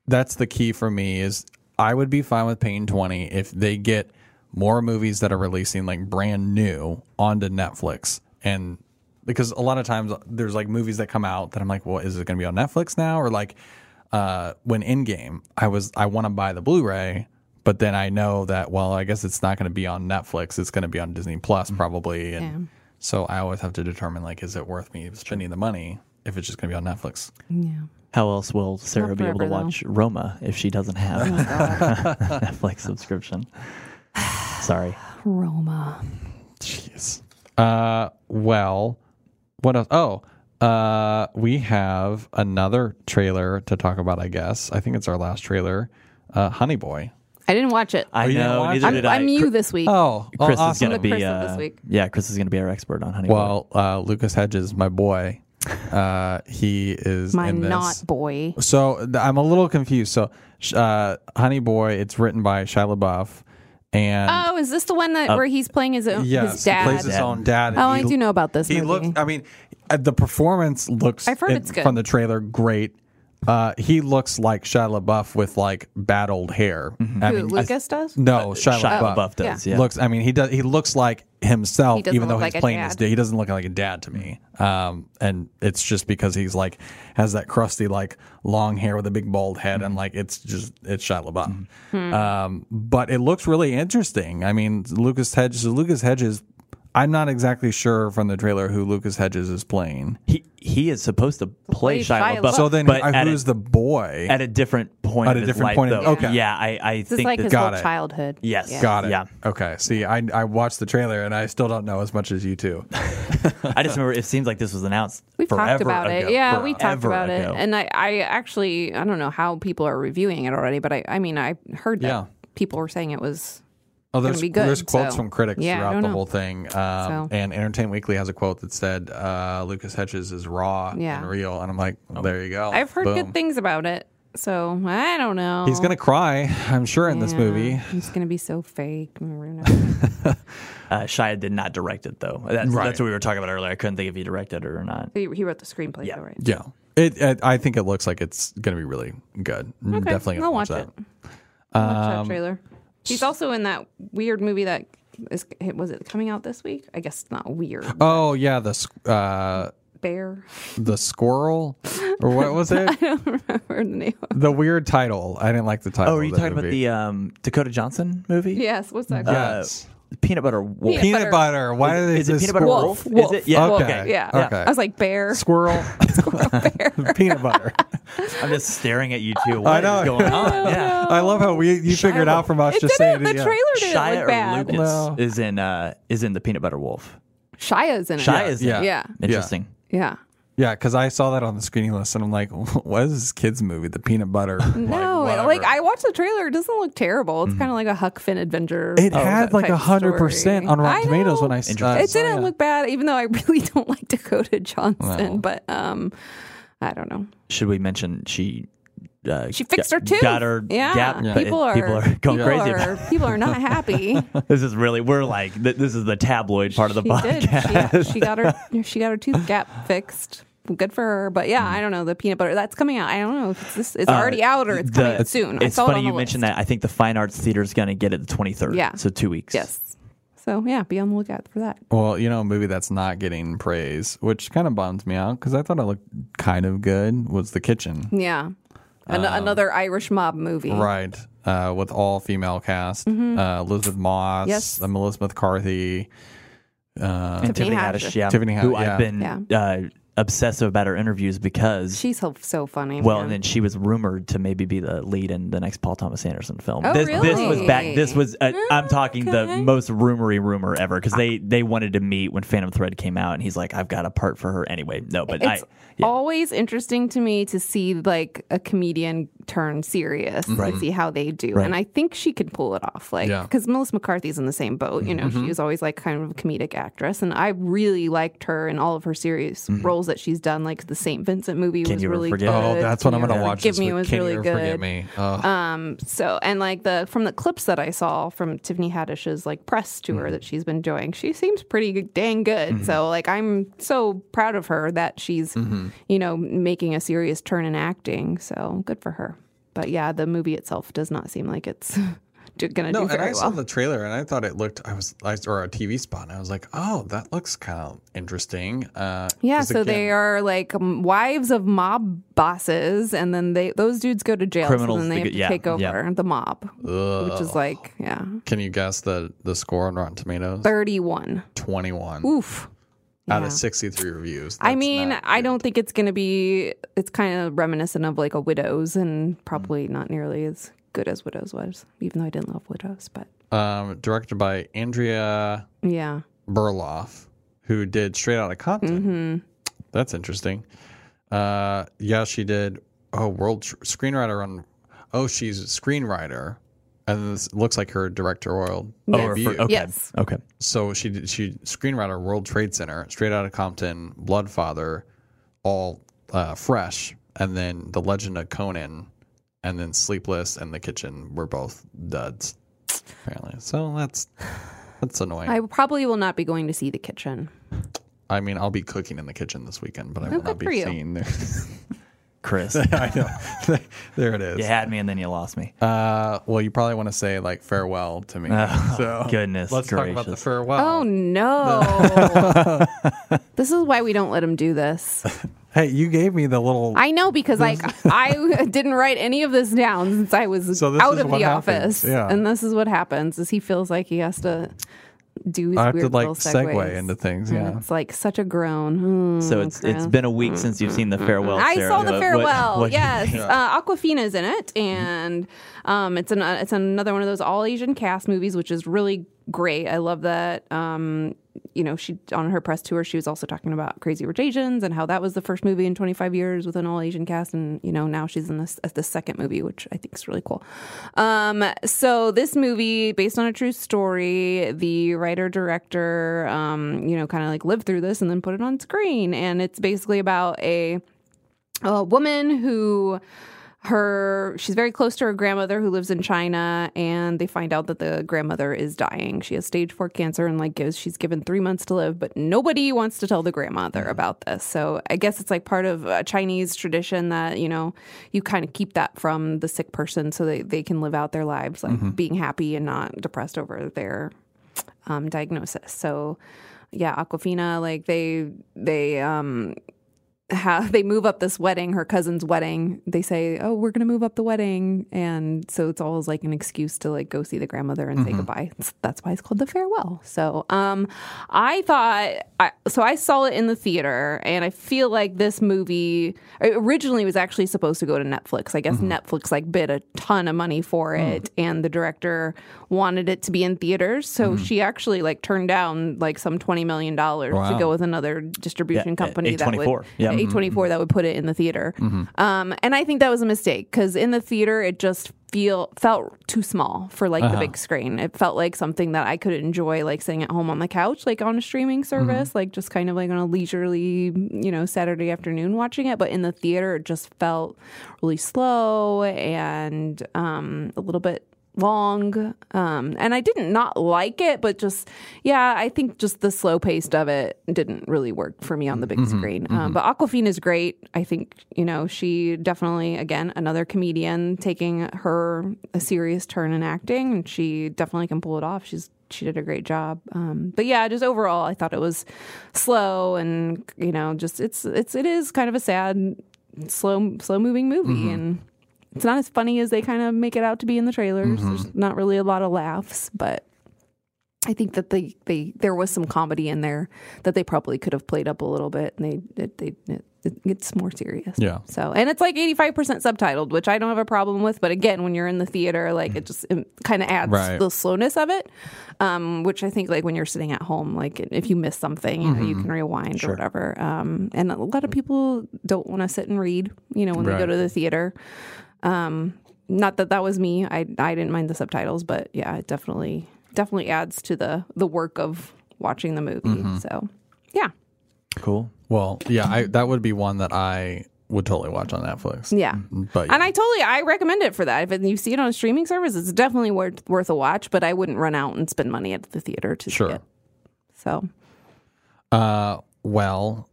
that's the key for me. Is I would be fine with paying twenty if they get more movies that are releasing like brand new onto Netflix and. Because a lot of times there's like movies that come out that I'm like, well, is it going to be on Netflix now? Or like, uh, when in game, I was I want to buy the Blu-ray, but then I know that well, I guess it's not going to be on Netflix. It's going to be on Disney Plus probably, and so I always have to determine like, is it worth me spending the money if it's just going to be on Netflix? How else will Sarah be able to forever, though. Oh, watch Roma if she doesn't have [LAUGHS] Netflix subscription? Sorry. Roma. Jeez. Uh, well, what else? Oh, uh, we have another trailer to talk about. I guess I think it's our last trailer. Uh, Honey Boy. I didn't watch it. I you didn't know. watch it? Neither I'm, did I. I'm you this week. Oh, oh, Chris is awesome. going to Look, be Chris up this uh, week. yeah. Chris is going to be our expert on honey. Well, uh, Lucas Hedges, my boy, uh, he is My in this. not boy. So th- I'm a little confused. So, sh- uh, Honey Boy, it's written by Shia LaBeouf, and Oh, is this the one that where he's playing his own Uh, yes, his he plays dad? his own dad. and Oh, he I do know about this He movie. looks. I mean, uh, the performance looks. I've heard in- it's good. from the trailer. Great. Uh, he looks like Shia LaBeouf with like bad old hair. I Who mean, Lucas does? no, Shia, Mm-hmm. Uh, Shia LaBeouf. LaBeouf does. Yeah. looks. I mean, he does. He looks like himself, He doesn't even though look he's like a playing his dad. dad. He doesn't look like a dad to me. Um, and it's just because he's like has that crusty, like long hair with a big bald head, and like it's just it's Shia LaBeouf. Hmm. Hmm. Um, but it looks really interesting. I mean, Lucas Hedges. Lucas Hedges. I'm not exactly sure from the trailer who Lucas Hedges is playing. he he is supposed to play Play Shia, Shia LaBeouf. LaBeouf. So then, but at, who's a, the boy? at a different point. At a of his different life, point in- though. okay. Yeah, I, I This is think like that, his Got whole it. childhood. Yes. Yeah. Got it. Yeah. Okay. See, I I watched the trailer and I still don't know as much as you two. I just remember it seems like this was announced. We've talked forever about ago. it. Yeah, Forever we talked about ago. it. And I, I actually, I don't know how people are reviewing it already, but I, I mean, I heard that Yeah. people were saying it was. Oh, there's be good, there's quotes so- from critics Yeah, I throughout don't the know. whole thing. Um, So- And Entertainment Weekly has a quote that said uh, Lucas Hedges is raw Yeah. and real, and I'm like, well, there you go. I've heard Boom. good things about it, so I don't know. He's gonna cry, I'm sure, in this Yeah. movie. It's gonna be so fake. I'm gonna ruin everything. Uh, Shia did not direct it though. That's, Right. that's what we were talking about earlier. I couldn't think if he directed it or not. [LAUGHS] he, he wrote the screenplay, Yeah. though, right? Yeah. It, it. I think it looks like it's gonna be really good. I'm Okay, Definitely gonna I'll watch, watch that. Watch Um, that trailer. He's also in that weird movie that is. Was it coming out this week? I guess it's not weird. Oh yeah, the s- uh, Bear. [LAUGHS] the squirrel or what was it? Or the name. the weird title. I didn't like the title. Oh, are you of that talking about movie. the um, Dakota Johnson movie? Yes. What's that? Uh, called? Yes. Peanut Butter Wolf. Peanut peanut butter? Why Is did it- they is it just peanut butter squirrel? Wolf. Is Wolf. it? Yeah. Okay. okay. yeah. okay. I was like bear. [LAUGHS] Squirrel, [LAUGHS] bear. peanut butter. I'm just staring at you [LAUGHS] too. What is know. going Oh, on? [LAUGHS] Yeah. I love how we you figured out from us It just saying didn't. The it, yeah. trailer didn't Shia look or bad. Lucas No. is in uh, is in the Peanut Butter Wolf. Shia's in it. Shia is in Yeah. it. Yeah. Interesting. Yeah. Yeah, because I saw that on the screening list, and I'm like, [LAUGHS] "What is this kids' movie? The peanut [LAUGHS] butter?" No, whatever. like I watched the trailer. It doesn't look terrible. It's kind of like a Huck Finn adventure. Hmm. it Oh, type had like story. hundred percent on Rotten I Tomatoes know. when I s- uh, Interesting. It saw didn't it. look bad, even though I [LAUGHS] really don't like Dakota Johnson. No. But um, I don't know. Should we mention she? Uh, She fixed got- her tooth. Got her yeah. gap. but it- People are people are [LAUGHS] going people crazy. Are, people are not happy. [LAUGHS] This is really we're like th- this is the tabloid part of the she podcast. did. She, she got her she got her tooth gap fixed. Good for her. But Mm. yeah, I don't know the peanut butter that's coming out. I don't know if it's this. It's already out or it's Uh, The- coming out soon. I It's saw it funny on you the mentioned list. that. I think the Fine Arts Theater is going to get it the 23rd. Yeah. So two weeks. Yes. So yeah, be on the lookout for that. Well, you know, a movie that's not getting praise, which kind of bums me out because I thought it looked kind of good, was The Kitchen. Yeah. An- Um, another Irish mob movie. Right. Uh, with all female cast uh, Elizabeth Moss, Mm-hmm. Yes. uh, Melissa McCarthy. And Uh, Tiffany Tiffany Haddish. Haddish. yeah. Tiffany Haddish, Who yeah. I've been Yeah. uh, obsessive about her interviews because. She's so, so funny. well, man. and then she was rumored to maybe be the lead in the next Paul Thomas Anderson film. Oh, this, this really? was back. This was. Uh, I'm talking the okay. most rumory rumor ever because they they wanted to meet when Phantom Thread came out, and he's like, "I've got a part for her anyway." No, but I. it's always interesting to me to see like a comedian turn serious Mm-hmm. and see how they do. And I think she could pull it off. Like, Yeah. because Melissa McCarthy's in the same boat. You know, Mm-hmm. she was always like kind of a comedic actress, and I really liked her in all of her serious roles that she's done. Like the Saint Vincent movie Mm-hmm. Can was You Ever really Forgive good. Me? Oh, that's what I'm Can You going to Ever watch. Forgive this Me week. was Can really You good. Forget me. Ugh. Um, so and like the from the clips that I saw from Tiffany Haddish's like press tour Mm-hmm. that she's been doing, she seems pretty g- dang good. So like I'm so proud of her that she's Mm-hmm. you know making a serious turn in acting. So good for her. But yeah, the movie itself does not seem like it's [LAUGHS] do, gonna no, and do I very saw well. the trailer and I thought it looked. I was I, or a TV spot, and I was like, "Oh, that looks kind of interesting." Uh, yeah, 'cause so again- they are like um, wives of mob bosses, and then they those dudes go to jail, Criminals so then they that have get- to yeah, take over yeah. the mob, which is like yeah, Can you guess the the score on Rotten Tomatoes? thirty one. Twenty one Oof. out yeah. of sixty three reviews. I That's mean, not I good. don't think it's going to be. It's kind of reminiscent of like a Widows, and probably not nearly as good as Widows was. Even though I didn't love Widows, but Um, directed by Andrea yeah, Burloff, who did Straight Outta Compton. Mm-hmm. That's interesting. Uh, yeah, she did. Oh, world tr- screenwriter on. Oh, she's a screenwriter, and this looks like her directorial Oh, debut. or for- okay. Yes. Okay. So she did, she screenwriter World Trade Center, Straight Outta Compton, Bloodfather, all uh, fresh, and then The Legend of Conan, and then Sleepless and The Kitchen were both duds. Apparently, so that's that's annoying. I I, probably will not be going to see The Kitchen. mean, I'll be cooking in the kitchen this weekend, but I will Oh, good not be for you. seeing there. [LAUGHS] Chris, I know [LAUGHS] there it is. you had me and then you lost me. Uh, well, you probably want to say like farewell to me. so goodness let's talk about the gracious. Oh farewell. no! [LAUGHS] this is why we don't let him do this. Hey, you gave me the little. I know because like I [LAUGHS] didn't write any of this down since I was So this out is of what the happens, office, yeah. and this is what happens: is he feels like he has to do these I have to weird like little segue segues. into things. And Yeah. it's like such a groan. Mm, So it's it's groan. been a week since you've seen the farewell. I Sarah, saw but the what- farewell. what do you yes, think? uh, Aquafina's in it, and um, it's an it's another one of those all Asian cast movies, which is really great. I love that. Um, you know, she on her press tour, she was also talking about Crazy Rich Asians and how that was the first movie in 25 years with an all Asian cast, and you know now she's in this at the second movie, which I think is really cool. Um, so this movie, based on a true story, the writer director, um, you know, kind of like lived through this and then put it on screen, and it's basically about a a woman who her she's very close to her grandmother who lives in China and they find out that the grandmother is dying. She has stage 4 cancer and like gives she's given 3 months to live, but nobody wants to tell the grandmother about this. So I guess it's like part of a Chinese tradition that, you know, you kind of keep that from the sick person so they they can live out their lives like being happy and not depressed over their um, diagnosis. So, yeah, Aquafina, like they they um have they move up this wedding, her cousin's wedding. They say, "Oh, we're gonna move up the wedding," and so it's always like an excuse to like go see the grandmother and say goodbye. It's- That's why it's called the farewell. So, um, I thought, I, so I saw it in the theater, and I feel like this movie it originally was actually supposed to go to Netflix. I guess Netflix like bid a ton of money for it, and the director wanted it to be in theaters, so she actually like turned down like some twenty million dollars to Wow. go with another distribution Yeah, company. That would, A24. Yeah. A twenty four that would put it in the theater. Um, and I think that was a mistake because in the theater it just feel felt too small for like the big screen. It felt like something that I could enjoy like sitting at home on the couch, like on a streaming service, like just kind of like on a leisurely, you know, Saturday afternoon watching it. But in the theater it just felt really slow and um, a little bit long um and i didn't not like it but just yeah i think just the slow pace of it didn't really work for me on the big screen um, but aquafina is great i think you know she definitely again another comedian taking her a serious turn in acting and she definitely can pull it off she's she did a great job um but yeah just overall i thought it was slow and you know just it's it's it is kind of a sad slow slow moving movie Mm-hmm. and it's not as funny as they kind of make it out to be in the trailers. Mm-hmm. There's not really a lot of laughs, but I think that they, they there was some comedy in there that they probably could have played up a little bit, and they it, they it, it gets more serious. Yeah. So and it's like eighty five percent subtitled, which I don't have a problem with. But again, when you're in the theater, like it just kind of adds Mm. Right. the slowness of it, um, which I think like when you're sitting at home, like if you miss something, you know, Mm-hmm. you can rewind or whatever. Um, and a lot of people don't want to sit and read, you know, when they go Right. to the theater. Um, not that that was me. I I didn't mind the subtitles, but yeah, it definitely definitely adds to the the work of watching the movie. Mm-hmm. So yeah, [LAUGHS] Cool. Well, yeah, I, that would be one that I would totally watch on Netflix. yeah. But And I totally I recommend it for that. If you see it on a streaming service, it's definitely worth worth a watch. But I wouldn't run out and spend money at the theater to see sure. it. So Uh, well,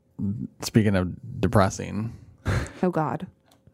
speaking of depressing, oh god,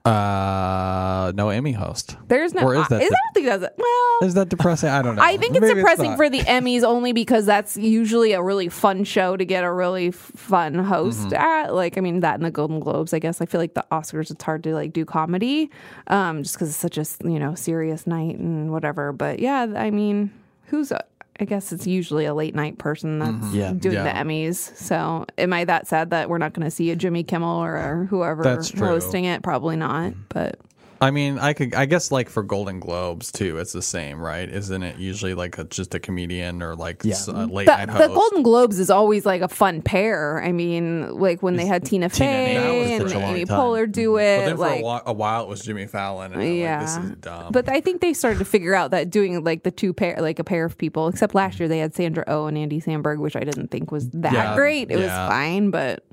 uh, no Emmy host. there's no. Or is that I, the- I don't think that's well. Is that depressing? I don't know. [LAUGHS] I think it's Maybe depressing not. for the Emmys only because that's usually a really fun show to get a really f- fun host Mm-hmm. at. Like, I mean, that and the Golden Globes, I guess. I feel like the Oscars, it's hard to like do comedy um, just because it's such a, s- you know, serious night and whatever. But yeah, I mean, who's, a- I guess it's usually a late night person that's Mm-hmm. Yeah. doing Yeah. the Emmys. So am I that sad that we're not going to see a Jimmy Kimmel or, or whoever That's true. Mm-hmm. hosting it? Probably not. But I mean, I could. I guess like for Golden Globes too, it's the same, right? Isn't it usually like a, just a comedian or like s- a late the, night the host? Golden Globes is always like a fun pair. I mean, like when they had Tina Fey Fey was and such a long Amy time. Poehler do it, but then for like. a, while, a while, it was Jimmy Fallon. And I'm yeah, like, this is Um, dumb. but I think they started to figure out that doing like the two pair, like a pair of people. Except last year they had Sandra Oh and Andy Samberg, which I didn't think was that Yeah, great. It was yeah. fine, but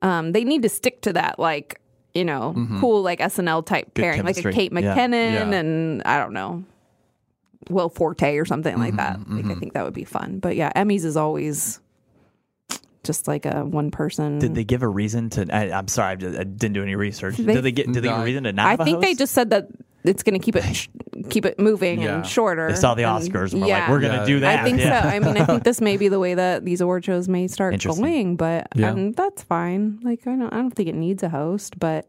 um, they need to stick to that, like you know, cool like SNL type pairing, Mm-hmm. chemistry. like a Kate Yeah. McKinnon Yeah. and I don't know, Will Forte or something Mm-hmm, like that. Like I think that would be fun. But yeah, Emmys is always just like a one person. Did they give a reason to? I, I'm sorry, I, just, I didn't do any research. They- did they get? Did they give a No. reason to not? I have a think they host? just said that it's going to keep it keep it moving Yeah. and shorter. They saw the And- Oscars and were yeah. like, "We're gonna Yeah. do that." I think Yeah. so. I mean, I [LAUGHS] think this may be the way that these award shows may start Interesting. going, but Yeah. um, that's fine. Like, I don't, I don't think it needs a host, but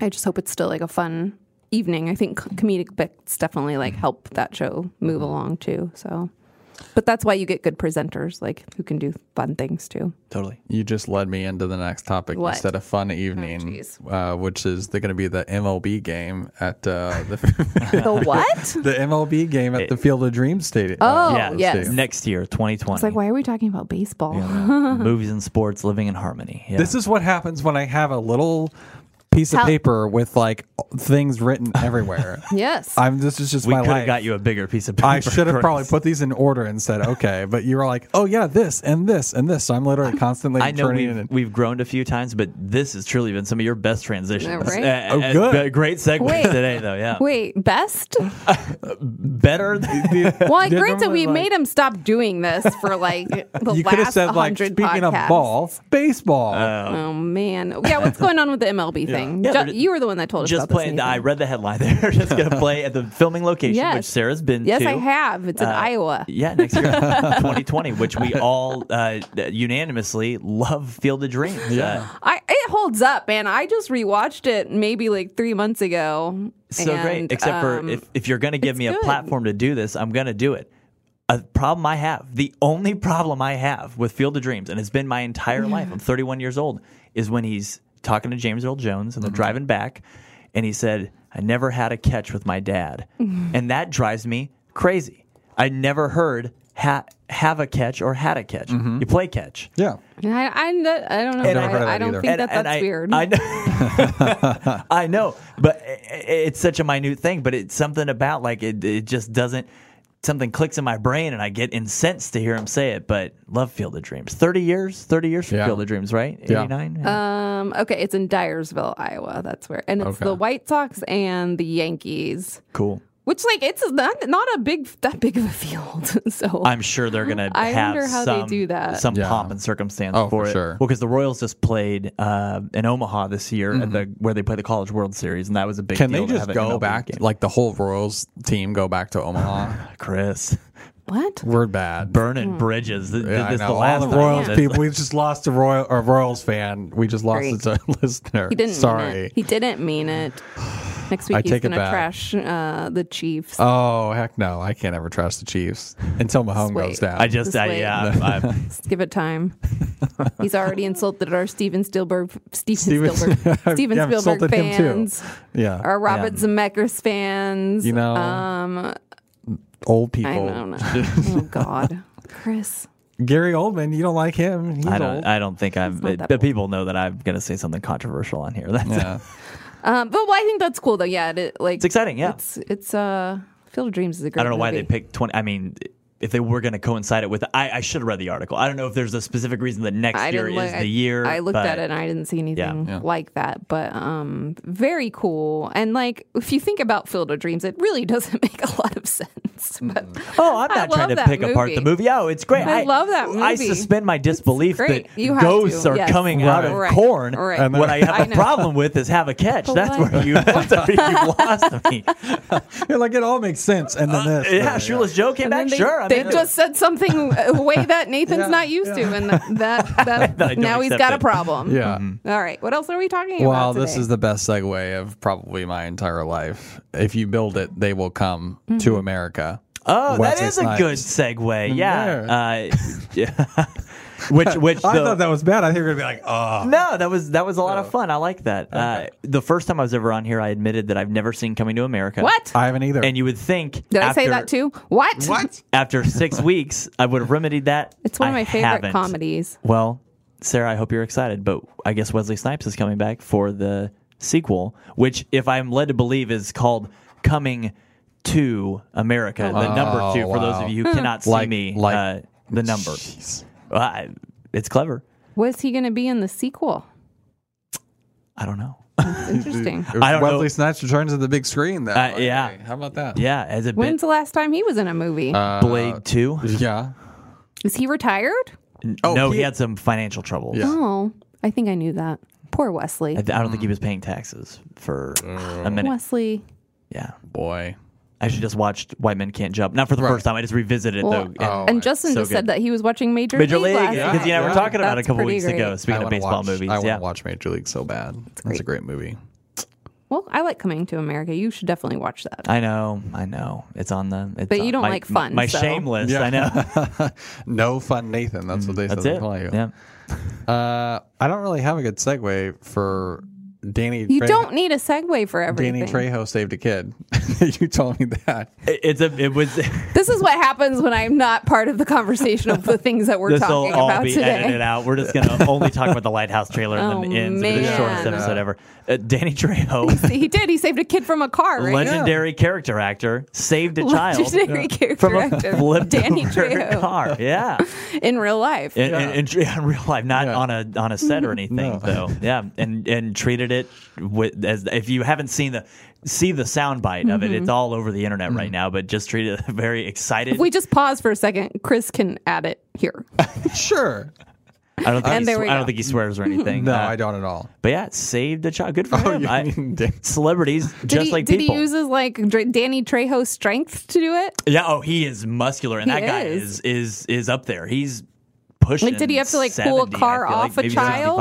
I just hope it's still like a fun Mm-hmm. evening. I think comedic bits definitely like help that show move along too. So But that's why you get good presenters, like who can do fun things too. Totally. You just led me into the next topic What? Oh, instead of fun evening, jeez. uh, which is they're going to be the MLB game at uh, [LAUGHS] the [LAUGHS] The [LAUGHS] what? the MLB game at the Field of Dreams Stadium. Oh, yeah. yes. Next year, 2020. It's like, why are we talking about baseball? [LAUGHS] Yeah. Movies and sports, living in harmony. Yeah. This is what happens when I have a little piece of How- paper with like things [LAUGHS] written everywhere. Yes. I'm this is just we my could life. have got you a bigger piece of paper. I should have [LAUGHS] Chris. probably put these in order and said okay, but you were like, oh yeah, this and this and this. So I'm literally constantly [LAUGHS] I know turning we've, it. in. we've groaned a few times, but this has truly been some of your best transitions. Yeah, right? [LAUGHS] Oh, good. but Great segue Wait. today, though. Yeah. Wait, best? [LAUGHS] Better than [LAUGHS] Well, They're granted, normally we like- made him stop doing this [LAUGHS] for like the You could have last said like hundred speaking podcasts. of ball, baseball. Uh, Oh man, yeah. [LAUGHS] What's going on with the MLB thing? Yeah, Ju- they're- you were the one that told us. just about this, playing. I Nathan. read the headline there. [LAUGHS] just going to play at the filming location, Yes. which Sarah's been Yes, to. I have. It's in Uh, Iowa. Yeah, next year, [LAUGHS] 2020, which we all uh, unanimously love Field of Dreams. Uh, Yeah. I it holds up, man. I just rewatched it maybe like three months ago. so and, great. Except um, for if, if you're going to give it's me a good. platform to do this, I'm going to do it. A problem I have, the only problem I have with Field of Dreams, and it's been my entire life, I'm 31 years old, is when he's talking to James Earl Jones Mm-hmm. and they're driving back, and he said, I never had a catch with my [LAUGHS] dad. and that drives me crazy. I never heard ha- have a catch or had a catch. Mm-hmm. You play catch. yeah, I, I, I don't know. never heard of I, that I don't either. think And- that and that's I- weird. I know, [LAUGHS] I know, but i- i- it's such a minute thing. But it's something about like it. It just doesn't. Something clicks in my brain, and I get incensed to hear him say it. But love Field of Dreams. Thirty years. Thirty years for Yeah. Field of Dreams, right? Yeah. Eighty nine. um, okay, it's in Dyersville, Iowa. That's where, and it's Okay. the White Sox and the Yankees. cool. Which like it's not not a big that big of a field. [LAUGHS] so I'm sure they're gonna I have wonder how they some, do that. some Yeah. pomp and circumstance Oh, for for it. sure. Well, because the Royals just played uh, in Omaha this year at the where they play the College World Series, and that was a big. Mm-hmm. can deal they to have just an go MLB back? game. Like the whole Royals team go back to Omaha? Chris what? we're bad. Hmm. burning bridges? Th- Yeah, I this know. the last All the time. Royals That's- people. We just lost a Royal a Royals fan. We just lost Great. its own [LAUGHS] listener. He didn't. Mean Sorry. it. He didn't mean it. [SIGHS] Next week I he's take it gonna back. trash uh, the Chiefs. Oh heck no! I can't ever trust the Chiefs until Mahomes Wait. goes down. [LAUGHS] I just, This I, way. yeah, I'm- [LAUGHS] I'm- Just give it time. [LAUGHS] He's already insulted our Steven Spielberg, Steven, Steven- Spielberg, [LAUGHS] Steven Yeah, I've Spielberg insulted him too. fans, yeah, our Robert Yeah. Zemeckis fans. You know, um, old people. I [LAUGHS] don't know. oh God, Chris, Gary Oldman, you don't like him. He's I don't, old. [LAUGHS] I don't think I'm. not that but old. people know that I'm going to say something controversial on here. [LAUGHS] That's yeah. um, but well, I think that's cool though. Yeah, it, like it's exciting. Yeah, It's it's uh, Field of Dreams is a great. I don't know why they movie. picked twenty. I mean, if they were going to coincide it with, I, I should have read the article. I don't know if there's a specific reason that next I year didn't is look. I, the year. I looked but at it and I didn't see anything Yeah. like that, but um, very cool. And like, if you think about Field of Dreams, it really [LAUGHS] doesn't make a lot of sense. But Oh, I'm not I trying love to that pick apart the movie. movie. Oh, it's great. I love that I movie. suspend my disbelief that great. You have ghosts to. are Yes. coming out of Right. corn. Right. And what I I have a know. problem with is have [LAUGHS] a catch. But That's why- where you, [LAUGHS] that's where you lost me. You're like it all makes sense, and then this. Uh, Yeah, Shoeless Joe came And then back. they, Sure, I'm they into it. just said something uh, a way that Nathan's Yeah, not used to, and that that, that, That [LAUGHS] I don't now he's accept got a it. Mm-hmm. problem. Yeah. Mm-hmm. All right. What else are we talking Well, about? this today? is the best segue of probably my entire life. If you build it, they will come Mm-hmm. to America. Oh, that Wesley is a Snipes. good segue. Yeah. Uh, [LAUGHS] yeah. [LAUGHS] which which I the- thought that Oh. was bad. I think you're gonna be like, oh, no, that was that was a lot of fun. I like that. Uh, the first time I was ever on here, I admitted that I've never seen Coming to America. what? I haven't either. And you would think Did I say after- that too? What? what? [LAUGHS] After six weeks, I would have remedied that. It's one of I my favorite haven't. comedies. Well, Sarah, I hope you're excited, but I guess Wesley Snipes is coming back for the sequel, which, if I'm led to believe, is called Coming to America. The number two, for those Oh, wow. of you who cannot see Like- me, like- uh, the number. Well, I, it's clever. Was he going to be in [LAUGHS] the sequel? I don't know. [LAUGHS] Interesting. I don't know- Wesley Snipes returns to the big screen. That Uh, way. yeah. How about that? Yeah, as a When's bit the last time he was in a movie? Uh, Blade Two. Yeah. is he retired? oh, no, he, he- had some financial troubles. Yeah. Oh, I think I knew that. Poor Wesley. I, I don't think he was paying taxes for Oh. a minute. Wesley. Yeah, Boy. I actually just watched White Men Can't Jump. Not for the first time. I just revisited it Well, though. and- Oh, and Justin so just good. said that he was watching Major, Major League. League, last because you and I were yeah. talking about it a That's couple pretty weeks great. ago. Speaking I of wanna baseball watch, movies, I want to yeah, watch Major League so bad. That's a great movie. [LAUGHS] Well, I like Coming to America. You should definitely watch that. I know, I know. It's on the. It's But you on- don't my- like fun, My so. shame list. Yeah. I [LAUGHS] know. No fun, Nathan. That's what they said That's they it. call you. Yeah. Uh, I don't really have a good segue for Danny. You Tre- don't need a segue for everything. Danny Trejo saved a kid. [LAUGHS] you told me [LAUGHS] that. It- it's a. It was. [LAUGHS] This is what happens when I'm not part of the [LAUGHS] conversation of the things that we're this will talking all about be edited today. out. We're just gonna only talk about the lighthouse trailer Oh, and then ends with the man. shortest episode ever. Uh, Danny [LAUGHS] Trejo, he did. He saved a kid from a car, right? [LAUGHS] legendary character actor, saved a child Legendary character from [LAUGHS] actor, a flipped Danny over Trejo [LAUGHS] car. [LAUGHS] Yeah. in real life. in, in, in, tre- [LAUGHS] in real life, not Yeah. on a on a set or [LAUGHS] anything, No. though. Yeah, and and treated it with as if you haven't seen the see the soundbite of Mm-hmm. it. It's all over the internet Mm. right now, but just treat it [LAUGHS] very excited. if we just pause for a second, Chris can add it here. Sure. I don't think And he there sw- we I go. don't think he [LAUGHS] swears or anything. No, Uh, I don't at all. But yeah, it saved a child. Good for Oh, him. you I- mean [LAUGHS] Dan- celebrities Did just he, like did people. he use his like Dr- Danny Trejo strength to do it? yeah. Oh, he is muscular, and He that guy is. is is is up there. He's pushing. Like, did he have to, like, pull a 70, I car feel off a maybe child?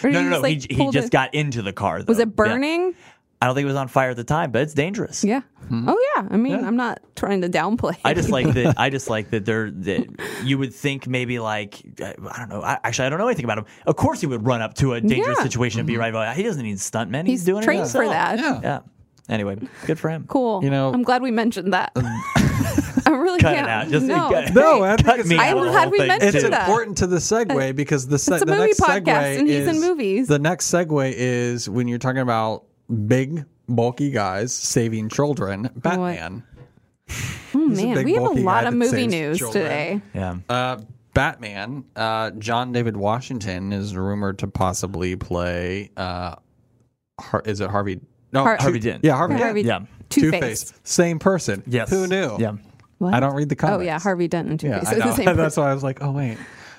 75. Or did No, he no, no. just, he like, he pull the- just got into the car. Though. Was it Uh, Yeah. burning? I don't think it was on fire at the time, but it's dangerous. Yeah. Oh yeah. I mean, I'm not trying to downplay. Hmm. I just like [LAUGHS] that. I just like that. They're that you would think maybe like I I don't know. I, actually, I don't know anything about him. Of course, he would run up to a dangerous Yeah. situation and be right. by. He doesn't need stuntmen. He's, he's doing trained it for himself. that. Mm-hmm. Yeah. Yeah. Anyway, good for him. Cool. You know- I'm glad we mentioned that. [LAUGHS] [LAUGHS] I really um, Cut it can't. out. Just- no. cut- No, I think Cut it's- me out I'm of the glad whole we thing, mentioned It's too. that. important to the segue because the, se- It's a the movie next podcast, segue and he's in is- movies. The next segue is when you're talking about big, bulky guys saving children. Batman. Oh, a man, big, we have a bulky lot guy of that movie saves news children. today. Yeah. Uh, Batman. Uh, John David Washington is rumored to possibly play. Uh, Har- is it Harvey? No, Har- Two- Harvey Dent. Yeah, Harvey. Harvey Dent. Yeah. Two Two-Face. Face. Same person. Yes. Who knew? Yeah. I don't read the Oh comments. yeah, Harvey Dent and Two Yeah, Face. I It's the [LAUGHS] know. same. person. That's why I was like, oh wait.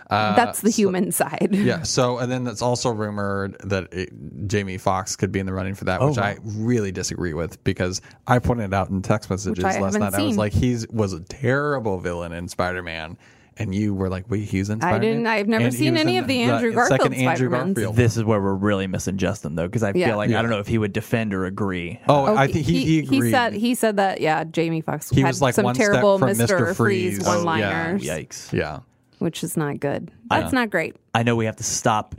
That's the human side. Yeah. So, and then it's also rumored that it, Jamie Foxx could be in the running for that, which I really disagree with because I pointed out in text messages I last haven't night. I was seen. like, he's was a terrible villain in Spider Man, and you were like, wait, he's in Spider Man. didn't- I've never seen any of the Andrew second Garfield Andrew Spider-Mans. Garfield. This is where we're really missing Justin though, because I Yeah. feel like Yeah. I don't know if he would defend or agree. oh, I think he, he, agreed. he said he said that yeah, Jamie Foxx had was like some one step terrible from Mr. Mr. Freeze Freeze. Oh, yeah. one-liners, Yikes. yeah. which is not good. That's not great. I know we have to stop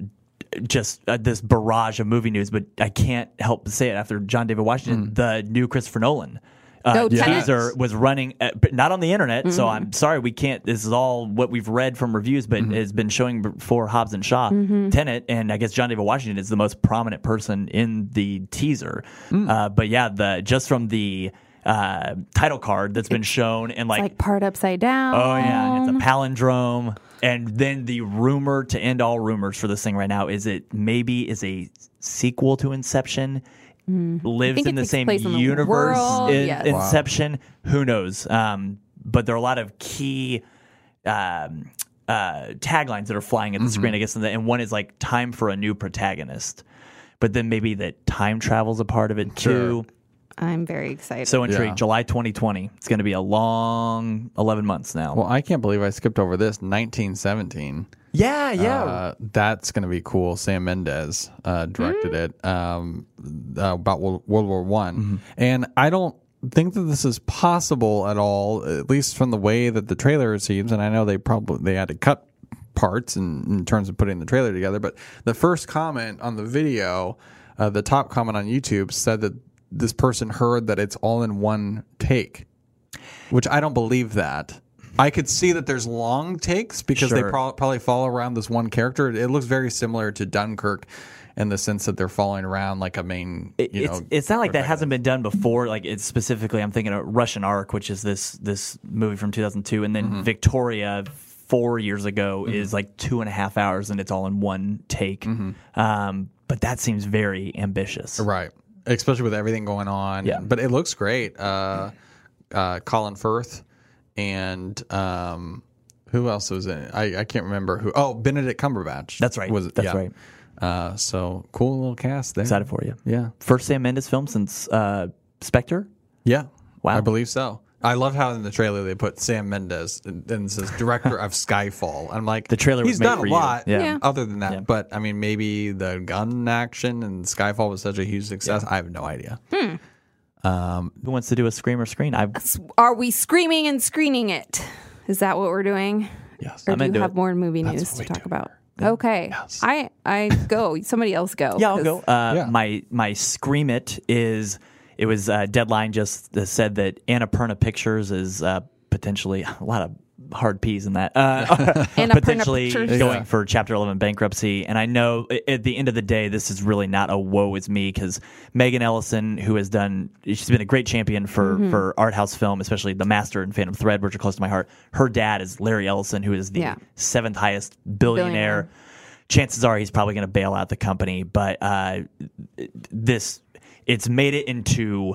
just uh, this barrage of movie news, but I can't help but say it after John David Washington, the new Christopher Nolan. Uh, No, Tenet. teaser was running, uh but not on the internet. So I'm sorry, we can't. This is all what we've read from reviews, but it's been showing before Hobbs and Shaw, Tenet, and I guess John David Washington is the most prominent person in the teaser. Uh, but yeah, the just from the uh, title card that's been shown and like Like part upside down. Oh yeah, Um, it's a palindrome. And then the rumor to end all rumors for this thing right now is it maybe is a sequel to Inception. Hmm. I Lives think in it the takes same place in the universe world, in yes. Wow. Inception. Who knows? Um, but there are a lot of key um, uh, taglines that are flying at the screen, I guess. And, the, and one is like "Time for a new protagonist," but then maybe that time travel's a part of it too. I'm very excited. So intrigued. Yeah. July 2020. It's going to be a long 11 months now. Well, I can't believe I skipped over this 1917. Yeah, yeah. Uh, that's going to be cool. Sam Mendes uh, directed it um, uh, about World, World War One, and I don't think that this is possible at all. At least from the way that the trailer seems, and I know they probably they had to cut parts in, in terms of putting the trailer together. But the first comment on the video, uh, the top comment on YouTube, said that this person heard that it's all in one take which I don't believe that. I could see that there's long takes because they Sure. pro- probably follow around this one character. It looks very similar to Dunkirk in the sense that they're following around like a main. It- you it's, know, it's not like that hasn't been done before. Like it's specifically, I'm thinking of Russian Ark, which is this this movie from 2002, and then Mm-hmm. Victoria four years ago is like two and a half hours, and it's all in one take. Um, but that seems very ambitious. Mm-hmm. right, especially with everything going on. Yeah. but it looks great. Uh, uh, Colin Firth and um, who else was in? it? I, I can't remember who. Oh, Benedict Cumberbatch. That's right. Was That's right. Uh, so cool little cast there. Excited for you. yeah, First Sam Mendes film since uh, Spectre. yeah. Wow. I believe so. I love how in the trailer they put Sam Mendes and and it says director of Skyfall. I'm like The trailer was He's made done for a you. lot, Yeah. Yeah. Other than that, Yeah. but I mean, maybe the gun action and Skyfall was such a huge success. I have no [LAUGHS] idea. Who wants to do a scream or screen? I, S- Are we screaming and screening it? Is that what we're doing? Yes, Or I'm do into you have it. more movie news what to we talk do about? Okay. Yes. I I go. Somebody else go. yeah, I'll 'cause go. Uh, Yeah. My my scream it is. It was uh, deadline just uh, said that Annapurna Pictures is uh, potentially [LAUGHS] a lot of hard p's in that. Uh, Annapurna potentially Pictures. going for Chapter Eleven bankruptcy, and I know i- at the end of the day, this is really not a woe is me because Megan Ellison, who has done, she's been a great champion for for art house film, especially The Master and Phantom Thread, which are close to my heart. Her dad is Larry Ellison, who is the Yeah. seventh highest Billionaire. billionaire chances are he's probably going to bail out the company. But uh, this, it's made it into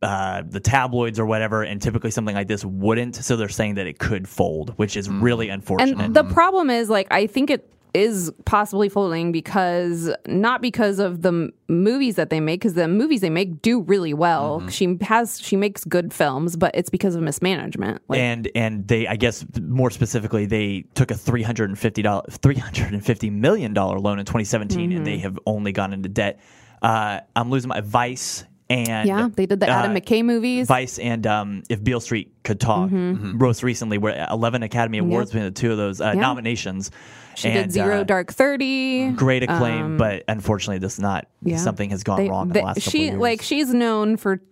uh, the tabloids or whatever, and typically something like this wouldn't. So they're saying that it could fold, which is really unfortunate. Mm-hmm. And the problem is, like, I think it is possibly folding because not because of the m- movies that they make, because the movies they make do really well. Mm-hmm. She has she makes good films, but it's because of mismanagement. Like, and and they I guess more specifically they took a three hundred and fifty dollar three hundred and fifty million dollar loan in twenty and Mm-hmm. they have only gone into debt. Uh, I'm losing my vice and yeah, they did the Adam uh, McKay movies. Vice and um, If Beale Street Could Talk, Mm-hmm. Mm-hmm. most recently, where 11 Academy Awards between the two of those uh, nominations. she did Zero uh, Mm-hmm. Dark Thirty. Great acclaim, but unfortunately, this not something has gone They- wrong in they- the last couple she of years. like she's known for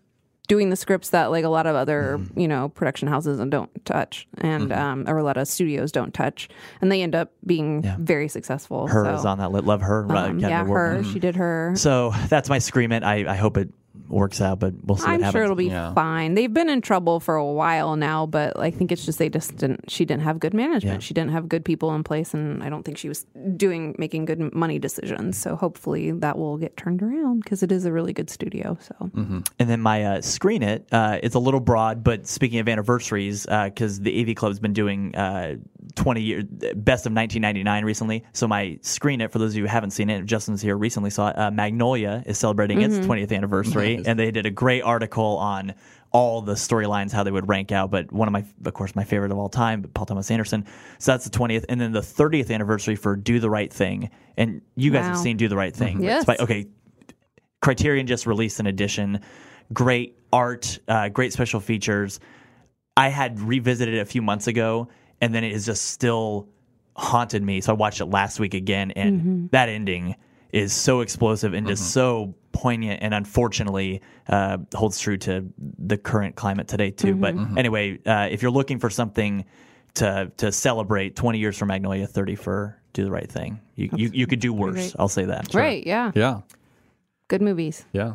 doing the scripts that like a lot of other Mm-hmm. you know production houses and don't touch and um or a lot of studios don't touch and they end up being very successful her so, is on that. lit. Love her. uh, um, Academy yeah Award her winner. she did her So that's my scream it. I, I hope it works out, but we'll see what I'm happens. sure it'll be Yeah. fine. They've been in trouble for a while now, but I think it's just they just didn't. She didn't have good management. She didn't have good people in place, and I don't think she was doing making good money decisions. So hopefully that will get turned around because it is a really good studio. So And then my uh, screen it, uh, it's a little broad, but speaking of anniversaries, because the AV Club's been doing uh, 20 year best of 1999 recently. So my screen it, for those of you who haven't seen it, Justin's here recently saw it, uh, Magnolia is celebrating its 20th anniversary. And they did a great article on all the storylines, how they would rank out. But one of my, of course, my favorite of all time, but Paul Thomas Anderson. So that's the 20th. And then the 30th anniversary for Do the Right Thing. And you guys have Wow. seen Do the Right Thing. Yes. It's by- okay, Criterion just released an edition. Great art, uh, great special features. I had revisited it a few months ago, and then it is just still haunted me. So I watched it last week again, and Mm-hmm. that ending is so explosive and just so poignant, and unfortunately uh, holds true to the current climate today too. Mm-hmm. But anyway, uh, if you're looking for something to to celebrate, 20 years for Magnolia, 30 for Do the Right Thing, you you, you could do worse. great. I'll say that. Right. Yeah. Yeah, Good movies. yeah.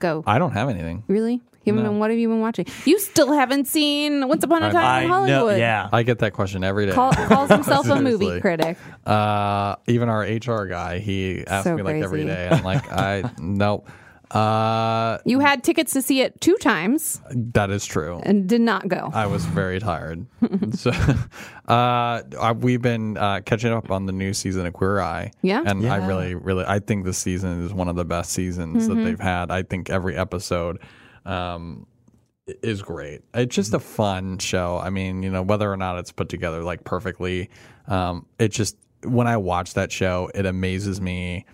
Go. I don't have anything. really? You haven't been, what have you been watching? You still haven't seen Once Upon a I- Time in Hollywood. yeah. I get that question every day. Call, [LAUGHS] calls himself a movie Seriously. critic. Uh, even our HR guy, he asks So me like every crazy. day. I'm like, I [LAUGHS] nope. Uh, You had tickets to see it two times that is true. and did not go. [LAUGHS] I was very tired. so, [LAUGHS] uh, I- we've been uh, catching up on the new season of Queer Eye. Yeah? and I really, really, I think this season is one of the best seasons that they've had. I think every episode. Um, i- is great. It's just a fun show. I mean, you know, whether or not it's put together like perfectly, um, it just when I watch that show, it amazes me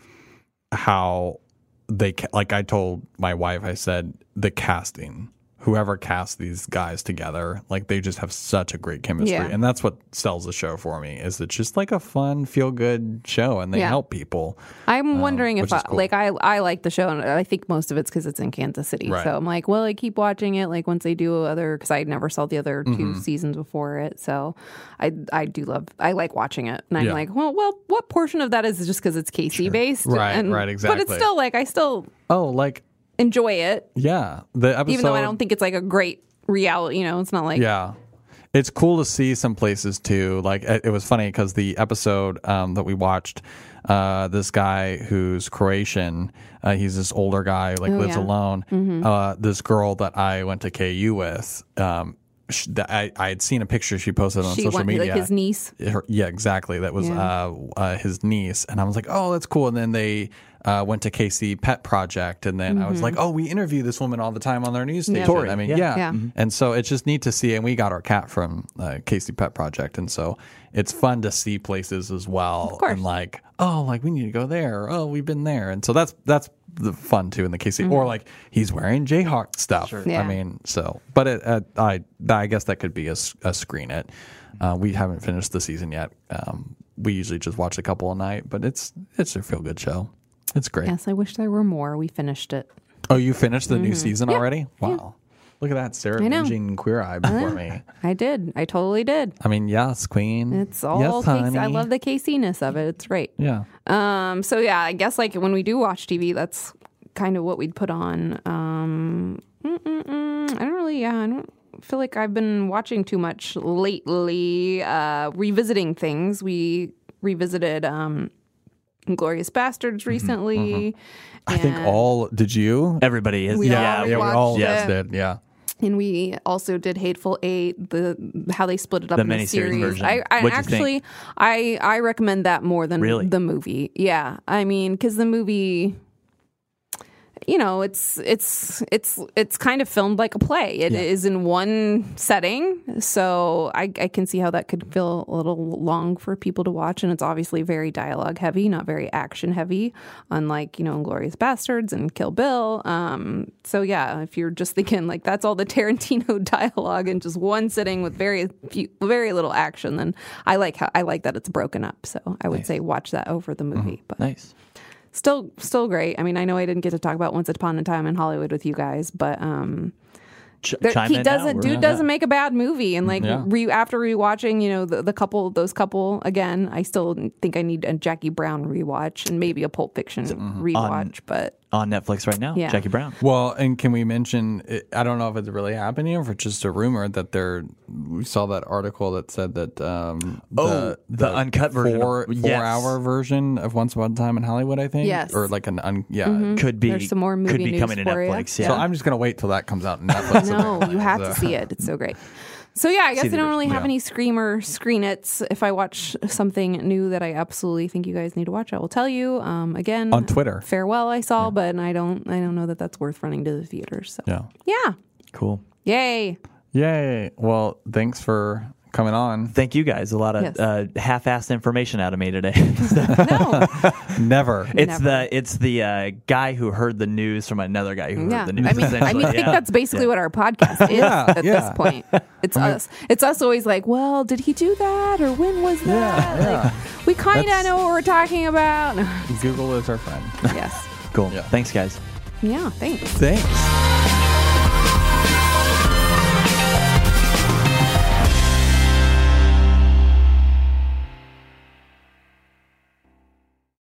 how they ca- like I told my wife I said the casting whoever cast these guys together like they just have such a great chemistry Yeah. and that's what sells the show for me is it's just like a fun feel good show and they Yeah. help people I'm wondering if, oh, which is I, cool. like, I I like the show, and I think most of it's because it's in Kansas City. Right. So I'm like, well, I keep watching it. Like once they do other, because I never saw the other Mm-hmm. two seasons before it. So I I do love I like watching it, and I'm Yeah. like, well, well, what portion of that is just because it's KC [LAUGHS] based, Right, And- right, But it's exactly. still like I still oh like enjoy it, yeah the episode even though I don't think it's like a great reality. You know, it's not like Yeah. It's cool to see some places too. Like it it was funny because the episode um, that we watched, uh, this guy who's Croatian, uh, he's this older guy who, like Oh, lives yeah. Mm-hmm. alone. Uh, this girl that I went to KU with, um, sh that I I had seen a picture she posted on she social want- media like his niece. her, yeah, exactly. That was Yeah. uh, uh, his niece, and I was like, "Oh, that's cool." And then they uh, went to KC Pet Project, and then I was like, oh, we interview this woman all the time on their news station. Tori, I mean, yeah. yeah. Mm-hmm. Yeah. Mhm. And so it's just neat to see. And we got our cat from uh, Casey Pet Project, and so it's fun to see places as well. course. And like, oh, like we need to go there. Or, oh, we've been there, and so that's that's the fun too in the Casey. Or like he's wearing Jayhawk stuff. Yeah. I mean, so but it, uh, I I guess that could be a, s- a screen it. Uh, we haven't finished the season yet. Um, we usually just watch a couple a night, but it's it's a feel good show. It's great. Yes, I wish there were more. We finished it. Oh, you finished the new season already? Wow. Look at that, Sarah Mm-hmm. I know. Uh-huh. binging Queer Eye before me. I did. I totally did. I mean, yes, Queen. It's all yes, KC. I honey. love the KC-ness of it. It's great. Yeah. Um, so yeah, I guess like when we do watch TV, that's kind of what we'd put on. Um, mm-mm-mm, I don't really, yeah, I don't feel like I've been watching too much lately. Uh, revisiting things, we revisited um, Glorious Mm-hmm. Bastards recently. I think all did you? Everybody is. We yeah, all yeah, we watched all it. yes did. Yeah. and we also did Hateful Eight, the how they split it up The in the miniseries series. version. I, I What'd you actually, I I recommend that more than Really? the movie. Yeah, I mean, because the movie. You know, it's it's it's it's kind of filmed like a play. It is in one setting, so I, I can see how that could feel a little long for people to watch. And it's obviously very dialogue heavy, not very action heavy, unlike you know *Inglorious Bastards* and *Kill Bill*. Um, so yeah, if you're just thinking like that's all the Tarantino [LAUGHS] dialogue in just one sitting with very few, very little action, then I like how I like that it's broken up. So I would say watch that over the movie, but Nice. still still great. I mean, I know I didn't get to talk about Once Upon a Time in Hollywood with you guys, but um, Ch- there- chime he in now. doesn't We're- dude doesn't make a bad movie and like Yeah. re, after rewatching you know the, the couple those couple again i still think i need a jackie brown rewatch and maybe a pulp fiction rewatch [LAUGHS] but on Netflix right now. Yeah. Mm-hmm. Jackie Brown. Well, and can we mention? it- I don't know if it's really happening or if it's just a rumor that they're. We saw that article that said that. Um, Oh, the uncut four, version of- Four yes. hour version of Once Upon a Time in Hollywood, I think. Yes. Or like an. Un, yeah. Could be. There's some more could movie be news coming to for ya. Netflix. Yeah. So I'm just gonna wait till that comes out in Netflix. no you have to see it it's so great so yeah i guess i the don't really original. have any screamer screen it's if i watch something new that i absolutely think you guys need to watch i will tell you um, again On Twitter. farewell i saw but i don't i don't know that that's worth running to the theaters so Yeah. yeah cool. [LAUGHS] yay Yay! Well, thanks for coming on. Thank you guys. A lot of Yes. uh, half-assed information out of [LAUGHS] me today. no [LAUGHS] Never. It's Never. the it's the uh, guy who heard the news from another guy who Mm-hmm. Yeah, heard the news. I mean, I essentially. mean, I think Yeah. that's basically what our podcast is Yeah, at yeah. this point. It's us. It's us always like, well, did he do that or when was that? yeah. Like, we kind of That's- know what we're talking about. [LAUGHS] Google is our friend. yes. cool. Yeah. Thanks, guys. Yeah. Thanks. Thanks.